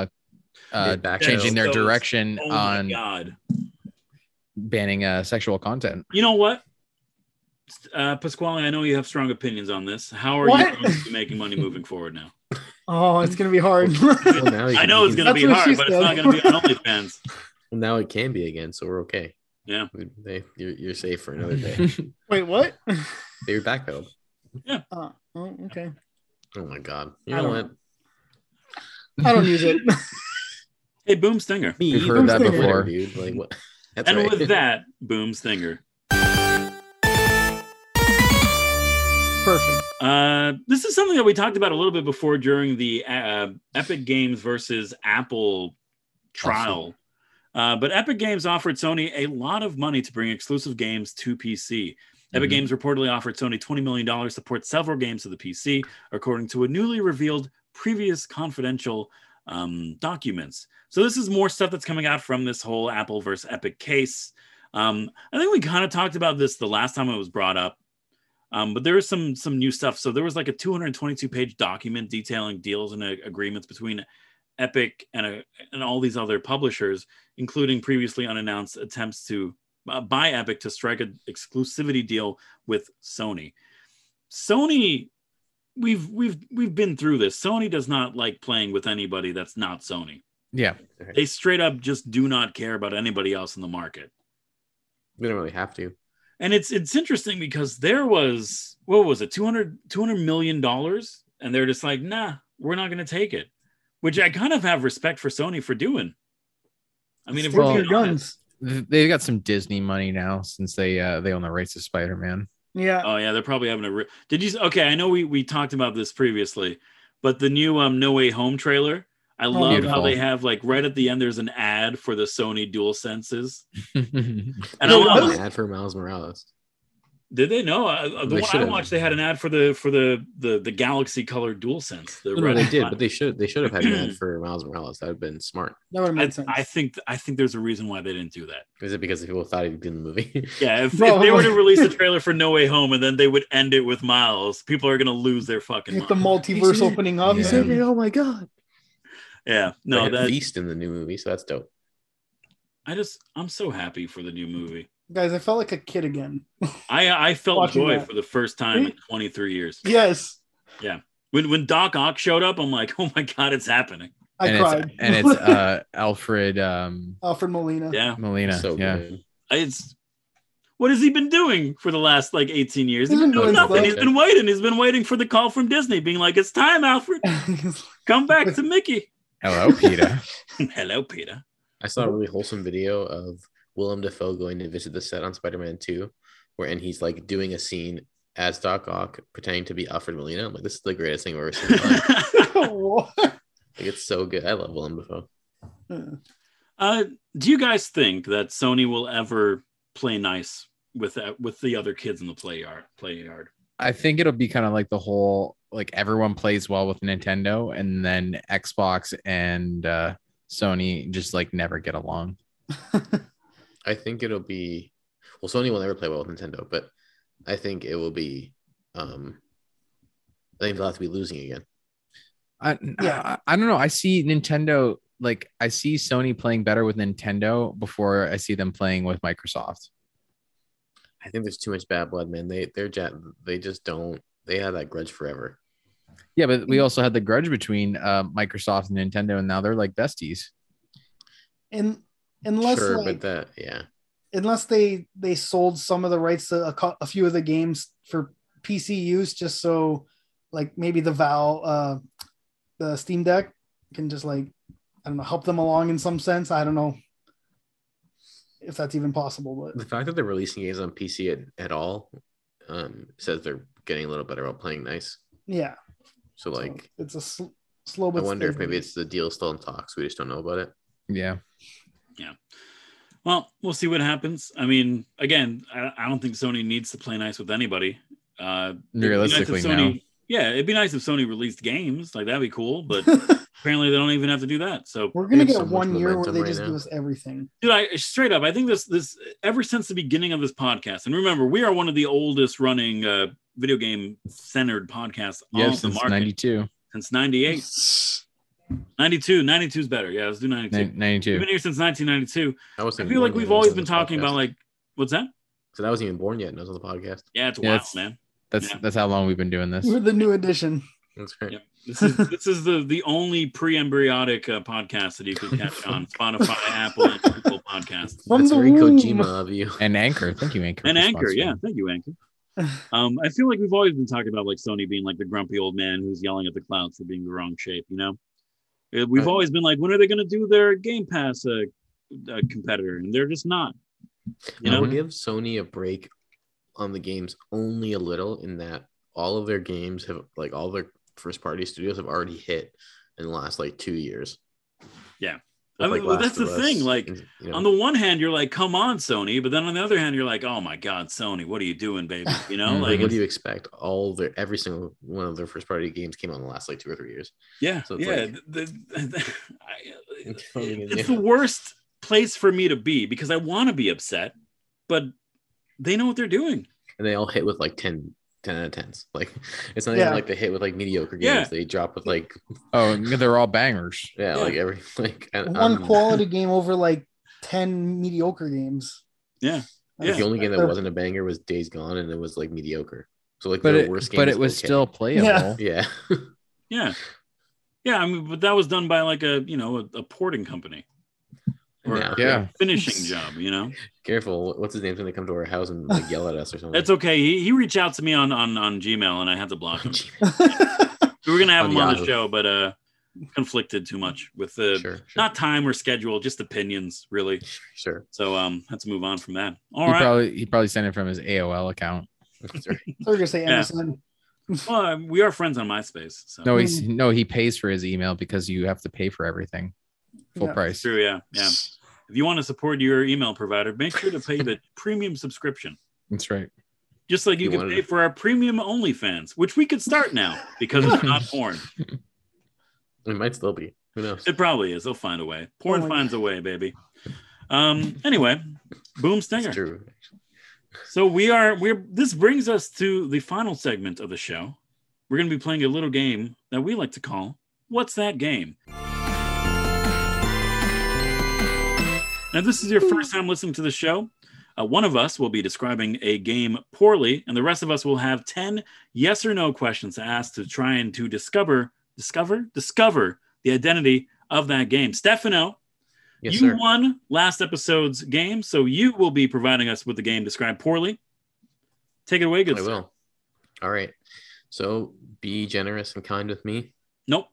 S4: uh,
S3: Mid back
S4: changing their
S2: so it's-
S4: direction
S2: Oh
S4: on
S2: my god.
S4: banning uh, sexual content.
S2: You know what? Uh, Pasquale, I know you have strong opinions on this. How are
S1: What?
S2: you going to be making money moving forward *laughs* now?
S1: Oh, it's gonna be hard.
S3: Well, now
S2: *laughs*
S3: you
S2: I
S3: can-
S2: know it's going to
S1: That's
S2: be
S1: what she
S2: hard, but it's
S1: said.
S2: not going to be on OnlyFans.
S3: Well, now it can be again, so we're okay.
S2: Yeah.
S3: They, you're, you're safe for another day.
S1: *laughs*
S4: *laughs*
S1: Wait, what? *laughs*
S3: they were backpedaled.
S1: Oh, oh, okay.
S3: Oh my god. You
S1: I
S3: know
S1: don't
S3: what?
S1: I don't use it. *laughs*
S2: Hey, Boom Stinger.
S3: Me
S4: We've
S3: either.
S4: heard that
S3: Winner,
S4: before.
S3: dude. Like what? That's
S2: and
S3: right. *laughs*
S2: with that, Boom Stinger.
S1: Perfect.
S2: Uh, this is something that we talked about a little bit before during the uh, Epic Games versus Apple trial. Uh, but Epic Games offered Sony a lot of money to bring exclusive games to PC. Epic
S4: Mhm.
S2: Games reportedly offered Sony $20 million to port several games to the PC, according to a newly revealed previous confidential um, documents. So, this is more stuff that's coming out from this whole Apple versus Epic case. Um, I think we kind of talked about this the last time it was brought up, um, but there is some some new stuff. So there was like a 222 page document detailing deals and uh, agreements between Epic and uh and all these other publishers, including previously unannounced attempts to uh, by Epic to strike an exclusivity deal with Sony. Sony, we've we've we've been through this. Sony does not like playing with anybody that's not Sony.
S4: Yeah,
S2: They straight up just do not care about anybody else in the market.
S3: We don't really have to.
S2: and it's it's interesting because there was what was it 200 200 million dollars and they're just like nah we're not going to take it which i kind of have respect for sony for doing i mean if
S1: Stick
S2: we're
S1: to
S4: well-
S1: your
S2: being honest-
S1: guns.
S4: Th- they got some Disney money now since they uh, they own the rights to Spider Man.
S1: Yeah.
S2: oh yeah they're probably having a re- did you s- okay i know we we talked about this previously but the new um no way home trailer i
S3: Oh,
S2: love how
S4: beautiful.
S2: they have like right at the end there's an ad for the sony dual senses and
S1: Yeah,
S2: i
S1: what
S2: love
S1: was-
S3: an ad for Miles Morales.
S2: did they know uh, the
S3: They
S2: one i
S3: should've.
S2: watched they had an ad for the for the the the galaxy color dual sense the
S3: No, no,
S2: red
S3: they
S2: and
S3: did,
S2: black.
S3: but they should they should have
S2: *clears throat*
S3: had an ad for Miles Morales. That would have been smart.
S1: That would have
S2: I,
S1: made sense.
S2: I think I think there's a reason why they didn't do that.
S3: Is it because people thought he'd be in the movie? *laughs*
S2: Yeah, if,
S1: Bro.
S2: if they were to release a trailer for No Way Home and then they would end it with Miles, people are gonna lose their fucking
S1: With the
S2: mind.
S1: multiverse opening up.
S4: Yeah.
S1: so- Oh my god.
S2: yeah, no,
S3: They had
S2: that
S3: Beast in the new movie, so that's dope.
S2: I just I'm so happy for the new movie.
S1: Guys, I felt like a kid again.
S2: I I felt
S1: Watching
S2: joy
S1: that.
S2: for the first time in
S1: Really?
S2: 23 years.
S1: Yes.
S2: *laughs* When when Doc Ock showed up, I'm like, oh my god, it's happening.
S1: I
S4: and
S1: cried.
S4: it's
S1: *laughs*
S4: and it's uh Alfred um
S1: Alfred Molina.
S2: Yeah.
S4: Molina.
S3: So
S4: yeah.
S3: good.
S2: It's what has he been doing for the last like 18 years? He's
S1: He's
S2: been
S1: been doing
S2: doing nothing.
S1: stuff.
S2: He's been waiting. He's been waiting for the call from Disney, being like, "It's time, Alfred.
S1: *laughs*
S2: Come back to Mickey." *laughs*
S4: Hello, Peter.
S2: Hello, Peter. *laughs*
S3: I saw a really wholesome video of Willem Dafoe going to visit the set on Spider Man 2, where and he's like doing a scene as Doc Ock pretending to be Alfred Molina. I'm like, this is the greatest thing I've ever seen. in
S1: *laughs*
S3: my life. like, it's so good. I love Willem Dafoe.
S2: uh, do you guys think that Sony will ever play nice with that, with the other kids in the play yard? Play yard.
S4: I think it'll be kind of like the whole like everyone plays well with Nintendo and then Xbox and uh Sony just like never get along.
S1: *laughs*
S3: I think it'll be well, Sony will never play well with Nintendo, but I think it will be um I think they'll have to be losing again.
S4: I
S1: Yeah.
S4: I, I don't know. I see Nintendo like I see Sony playing better with Nintendo before I see them playing with Microsoft.
S3: I think there's too much bad blood, man. They they're ja- they just don't they have that grudge forever.
S4: Yeah, but we also had the grudge between uh, Microsoft and Nintendo, and now they're like besties.
S1: And unless
S3: sure,
S1: like,
S3: but that yeah.
S1: unless they they sold some of the rights to a, cou- a few of the games for PC use, just so like maybe the Val, uh, the Steam Deck can just like I don't know help them along in some sense. I don't know if that's even possible,
S3: *laughs* The fact that they're releasing games on PC at, at all um says they're getting a little better about playing nice.
S1: but yeah,
S3: So
S1: so
S3: like
S1: it's a sl- slow.
S3: I
S1: But
S3: wonder if
S1: steady.
S3: maybe
S1: *laughs*
S3: it's the deal still in talks. We just don't know about it.
S4: Yeah.
S2: Well, we'll see what happens. I mean, again, I, I don't think Sony needs to play nice with anybody. Uh, it'd be nice if
S4: Realistically,
S2: Sony, yeah, it'd be nice if Sony released games. Like that'd be cool,
S4: *laughs*
S2: but apparently they don't even have to do that. So,
S1: We're gonna
S3: They have
S1: get
S3: so much
S1: one year where
S3: momentum
S1: they
S3: right
S1: just
S3: now.
S1: give us everything.
S2: dude, I straight up, I think this this ever since the beginning of this podcast, and remember, we are one of the oldest running uh, video game centered podcasts
S4: Yeah,
S2: on the
S4: since
S2: market
S4: 92.
S2: since 98,
S1: *laughs*
S2: 92, 92 is better. Yeah, let's do 92.
S4: Nin-
S2: We've
S4: 92.
S2: been here since 1992.
S3: I was
S2: I feel like we've always been talking about like, what's that?
S3: so I wasn't even born yet and I was on the podcast.
S2: Yeah, it's
S4: Yeah,
S2: wild,
S4: it's-
S2: man.
S4: That's
S2: yeah.
S4: that's how long we've been doing this.
S1: We're the new edition.
S3: That's right.
S2: Yeah. This is this is the the only pre-embryotic uh, podcast that you can
S3: *laughs*
S2: catch on Spotify, Apple, and Google Podcasts.
S1: From
S3: That's
S1: the
S3: very
S1: room.
S3: Kojima of you.
S4: And Anchor. Thank you, Anchor.
S2: And
S4: for
S2: Anchor, yeah,
S4: sponsoring.
S2: thank you,
S3: *laughs*
S2: Anchor. Um, I feel like we've always been talking about like Sony being like the grumpy old man who's yelling at the clouds for being the wrong shape. You know, Uh, we've
S3: Right.
S2: always been like, when are they going to do their Game Pass uh, uh, competitor? And they're just not. *laughs* You
S3: I
S2: know,
S3: would give Sony a break on the games only a little in that all of their games have like all their first party studios have already hit in the last like two years.
S2: Yeah.
S3: With,
S2: I mean, well,
S3: Last
S2: that's
S3: of
S2: the thing, like,
S3: and, you know,
S2: on the one hand, you're like, come on, Sony, but then on the other hand, you're like, oh my God, Sony, what are you doing, baby? You know,
S4: Mhm.
S2: like,
S3: *laughs* what
S2: it's-
S3: do you expect? All their every single one of their first party games came out in the last like two or three years.
S2: Yeah,
S3: So it's
S2: yeah.
S3: like-
S2: the- the- *laughs* I- uh,
S3: It's funny,
S2: it's
S3: yeah.
S2: the worst place for me to be because I want to be upset, but they know what they're doing.
S3: And they all hit with like 10, 10 out of tens. *laughs* Like it's not
S1: Yeah.
S3: even like they hit with like mediocre games.
S2: Yeah.
S3: They drop with like
S4: Oh, and they're all bangers.
S3: yeah,
S2: Yeah.
S3: like every *laughs* like and
S1: one
S3: I'm- *laughs*
S1: quality game over like 10 mediocre games.
S2: Yeah.
S1: That's-
S3: The only game that
S1: they're-
S3: wasn't a banger was Days Gone, and it was like mediocre. So like
S4: But
S3: their
S4: it,
S3: worst game,
S4: but it was
S3: okay. *laughs*
S4: still playable.
S1: Yeah.
S3: yeah.
S2: Yeah, yeah. I mean, but that was done by like a you know a, a porting company or
S3: Yeah.
S4: Yeah.
S2: a
S3: *laughs*
S2: finishing job. You know,
S3: Careful, what's his name's gonna come to our
S1: *laughs*
S3: house and like yell at us or something? *laughs*
S2: that's okay. He, he reached out to me on on on Gmail and I had to block him. We were gonna have
S3: On
S2: him on the
S3: Yahoo.
S2: show, but uh, conflicted too much with the
S3: sure, sure,
S2: not time or schedule, just opinions really.
S3: sure. *laughs*
S2: So um, let's move on from that. All
S4: He
S2: right.
S4: probably he probably sent it from his AOL account.
S3: That's right.
S1: *laughs* They're gonna say
S2: Yeah.
S1: Emerson.
S2: Well, um, we are friends on MySpace. So.
S4: No, he's no, he pays for his email because you have to pay for everything. Full
S1: Yeah.
S4: price.
S2: True, yeah, yeah. If you want to support your email provider, make sure to pay the premium subscription.
S4: That's right.
S2: Just like you,
S3: You
S2: can
S3: wanted
S2: pay
S3: to-
S2: for our premium OnlyFans, which we could start now because it's not porn.
S3: It might still be. Who knows?
S2: It probably is. They'll find a way. Porn
S1: Oh my
S2: finds a way, baby. Um. Anyway, boom
S3: It's
S2: stinger.
S3: true.
S2: So we are. We're. This brings us to the final segment of the show. We're going to be playing a little game that we like to call "What's That Game." Now, if this is your first time listening to the show, uh, one of us will be describing a game poorly, and the rest of us will have 10 yes or no questions to ask to try and to discover, discover, discover the identity of that game. Stefano,
S3: Yes,
S2: you
S3: sir.
S2: won last episode's game, so you will be providing us with the game described poorly. Take it away, good
S3: I
S2: sir.
S3: will. All right. So be generous and kind with me.
S2: Nope.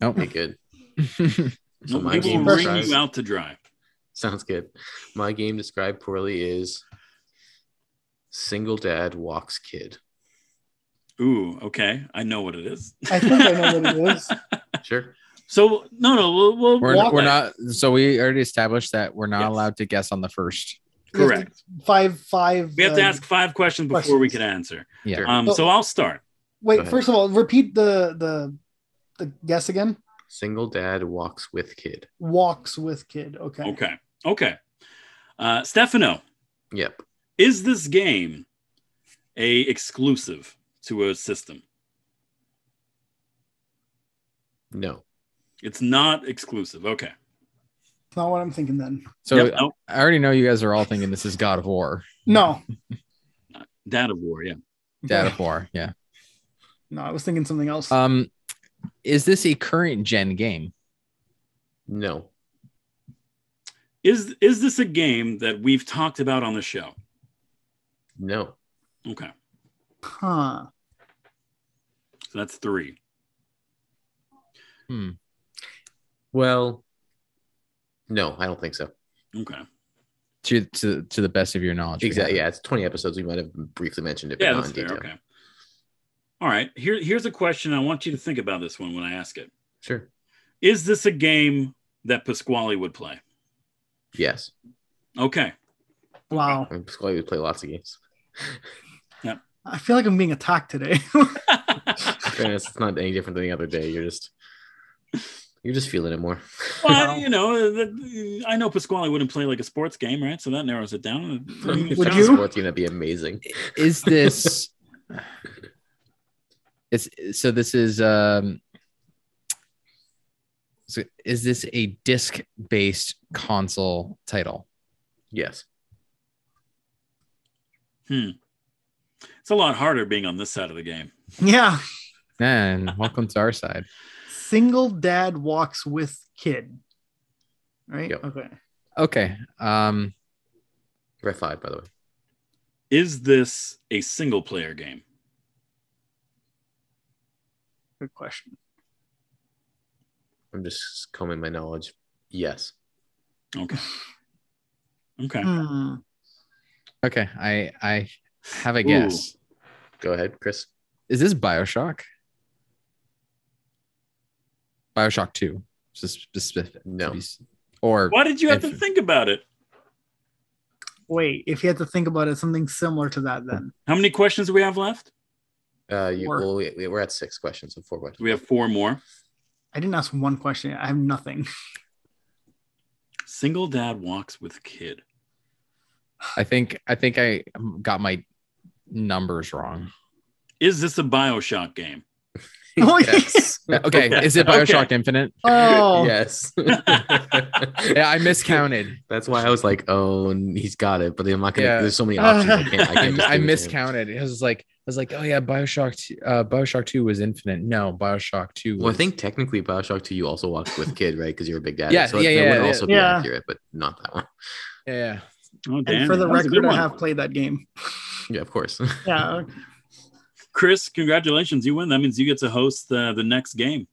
S4: Nope.
S3: Okay, good. *laughs* So
S2: nope.
S3: my
S2: We
S1: game
S2: will wring
S3: describes-
S2: you out to dry.
S3: Sounds good. My game described poorly is single dad walks kid.
S2: Ooh, okay. I know what it is. *laughs*
S1: I think I know what it is.
S3: Sure.
S2: So no, no, we'll, we'll
S4: *laughs* We're,
S1: Walk
S4: we're
S1: it.
S4: not. So we already established that we're not
S2: Yes.
S4: allowed to guess on the first.
S2: correct.
S1: Five, five.
S2: We have to
S1: uh,
S2: ask five questions before we
S1: questions.
S2: can answer.
S4: Yeah.
S3: Sure.
S2: Um, so I'll start.
S3: Go
S1: Wait,
S3: ahead.
S1: first of all, repeat the the the guess again.
S3: Single dad walks with kid.
S1: Walks with kid. Okay.
S2: Okay. Okay. Uh, Stefano,
S3: Yep.
S2: is this game a exclusive to a system?
S3: No.
S2: It's not exclusive. Okay.
S1: That's not what I'm thinking then.
S4: So
S2: Yep, Oh, nope.
S4: I already know you guys are all thinking this is God of War,
S1: No.
S2: Data war. Yeah.
S1: *laughs*
S4: Dad of War. Yeah.
S1: No, I was thinking something else.
S3: Uh,
S4: Um, is this a current gen game?
S3: No.
S2: Is is this a game that we've talked about on the show?
S3: No.
S2: Okay.
S1: huh.
S2: So that's three.
S3: Well, no, I don't think so.
S2: Okay.
S4: To to to the best of your knowledge. we
S3: Exactly.
S4: have
S3: Yeah, it's 20 episodes. We might have briefly mentioned it, but
S2: Yeah,
S3: not
S2: that's
S3: in
S2: fair.
S3: detail.
S2: Okay. All right. Here, here's a question. I want you to think about this one when I ask it.
S3: Sure.
S2: Is this a game that Pasquale would play?
S3: Yes.
S2: Okay.
S1: Wow.
S3: I mean, Scully would play lots of games.
S1: I feel like I'm being attacked today. *laughs*
S3: Fairness, it's not any different than the other day. You're just you're just feeling it more.
S2: well, you know, the- I know Pasquale wouldn't play like a sports game, right? So that narrows it down.
S3: *laughs*
S1: Would
S3: If it was
S1: you?
S3: a Sports game, that'd be amazing.
S4: it. Is this? it's so. This is um. So is this a disc based console title?
S3: Yes.
S2: It's a lot harder being on this side of the game.
S1: yeah.
S4: And welcome to our side.
S1: Single dad walks with kid. Right?
S3: Yep.
S1: Okay.
S4: Okay. Um.
S3: Red five, by the way.
S2: Is this a single player game?
S1: Good question.
S3: I'm just combing my knowledge. Yes.
S2: Okay. Okay.
S1: Hmm.
S4: Okay. I I have a guess.
S3: Go ahead, Chris.
S4: Is this Bioshock? Bioshock Two. Just specific.
S3: No.
S4: Or
S2: Why did you have to
S4: If-
S2: think about it?
S1: Wait, if you had to think about it, something similar to that then.
S2: How many questions do we have left?
S3: Uh, you,
S1: Four.
S3: well, we, we- we're at six questions and four
S1: *laughs*
S3: questions.
S2: We have four more.
S1: I didn't ask one question. I have
S3: *laughs*
S1: nothing.
S2: Single dad walks with kid.
S4: I think I think I got my numbers wrong.
S2: Is this a Bioshock game?
S3: Yes.
S4: Okay.
S2: Okay.
S4: Is it
S2: Okay.
S4: Bioshock Infinite?
S1: *laughs* Oh, *laughs*
S3: Yes.
S4: Yeah, I miscounted.
S3: That's why I was like, oh, and he's got it, but I'm not gonna.
S4: Yeah.
S3: There's so many options. I can't. I, *laughs*
S4: I,
S3: can't just
S4: I
S3: give it to him.
S4: miscounted. It was like I was like, oh yeah, Bioshock. T- uh, Bioshock Two was Infinite. No, Bioshock Two. Was
S3: Well, I think technically Bioshock 2 you also watched with Kid, right? Because you're a big dad.
S4: Yeah,
S3: so
S4: yeah,
S3: that
S4: yeah,
S3: would
S4: yeah.
S3: also
S1: Yeah.
S3: be accurate, but not that one. *laughs*
S4: yeah.
S2: Oh,
S1: and for the
S2: That was a good
S1: record, I
S2: one.
S1: have played that game.
S3: Yeah, of course. *laughs*
S1: Yeah. okay.
S2: Chris, congratulations. You win. That means you get to host uh, the next game.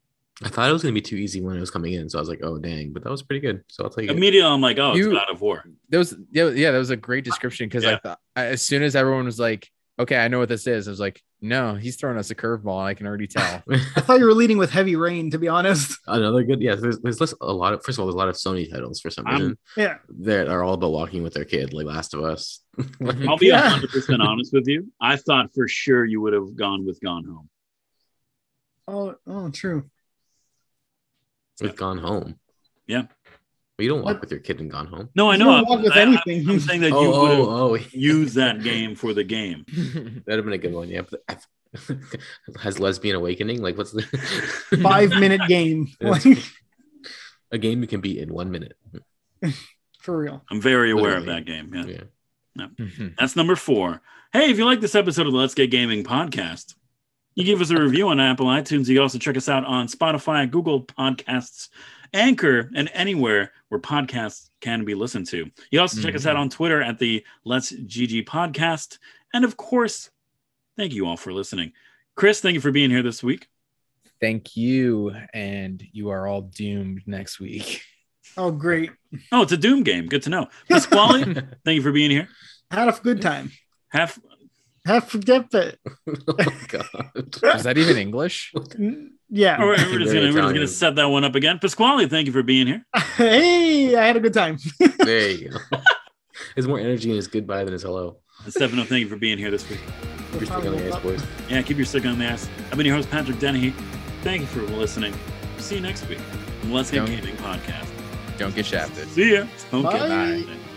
S3: I thought it was gonna be too easy when it was coming in, so I was like, oh dang, but that was pretty good. So I'll take it.
S2: Immediately, I'm like, oh,
S4: You-
S2: it's God of War.
S4: that was yeah, yeah that was a great description because
S2: Yeah.
S4: I thought I- as soon as everyone was like, okay, I know what this is, I was like, no, he's throwing us a curveball, and I can
S3: *laughs*
S4: already tell.
S1: *laughs* I thought you were leading with heavy rain, to be honest.
S3: Another good, yeah. There's, there's less, a lot of. First of all, there's a lot of Sony titles for some
S2: I'm-
S3: reason
S1: Yeah.
S3: that are all about walking with their kid, like Last of Us. *laughs*
S4: Mhm.
S2: I'll be
S1: Yeah.
S2: 100% honest with you. I thought for sure you would have gone with Gone Home.
S1: Oh, oh, true.
S3: with Gone Home.
S2: Yeah.
S3: Well, you don't walk
S1: What?
S3: with your kid and Gone Home.
S2: No, I
S1: You
S2: know.
S1: don't
S2: I'm,
S1: walk with
S2: I- I'm-
S1: anything.
S2: I'm saying that *laughs* you would have
S3: *laughs* Oh, oh, oh.
S2: used that game for the game.
S3: *laughs* That'd have been a good one. Yeah. But I've, *laughs* has Lesbian Awakening? Like, what's the *laughs*
S1: Five minute game.
S3: That's-
S1: Like,
S3: a game you can beat in one minute?
S1: for real.
S2: I'm very aware of
S3: Literally.
S2: that game. Yeah.
S3: Yeah.
S4: Mhm.
S2: That's number four. Hey, if you like this episode of the Let's Get Gaming podcast, You give us a review on Apple iTunes. You can also check us out on Spotify, Google Podcasts, Anchor, and anywhere where podcasts can be listened to. You also check us out on Twitter at the Let's GG Podcast. And of course, thank you all for listening. Chris, thank you for being here this week.
S4: Thank you. And you are all doomed next week.
S1: Oh, great.
S2: Oh, it's a Doom game. Good to know. Pasquale,
S3: *laughs*
S2: thank you for being here.
S1: Had a good time.
S2: Half
S1: Have forget that.
S3: oh god. *laughs*
S4: Is that even English?
S1: Yeah. *laughs*
S2: all right, we're just gonna we're
S3: Very
S2: just gonna
S3: Italian.
S2: set that one up again. Pasquale, thank you for being here.
S1: hey, I had a good time.
S3: There you go.
S2: *laughs*
S3: There's more energy in his goodbye than his hello.
S2: And Stefano, oh, thank you for being here this week.
S3: You're stuck on the ice, boys.
S2: Yeah, keep your stick on the ass. I've been your host, Patrick Dennehy. Thank you for listening. See you next week. on Let's Get
S4: Don't-
S2: Gaming Podcast.
S4: Don't get shafted.
S2: See ya. Okay.
S1: Bye.
S2: Bye.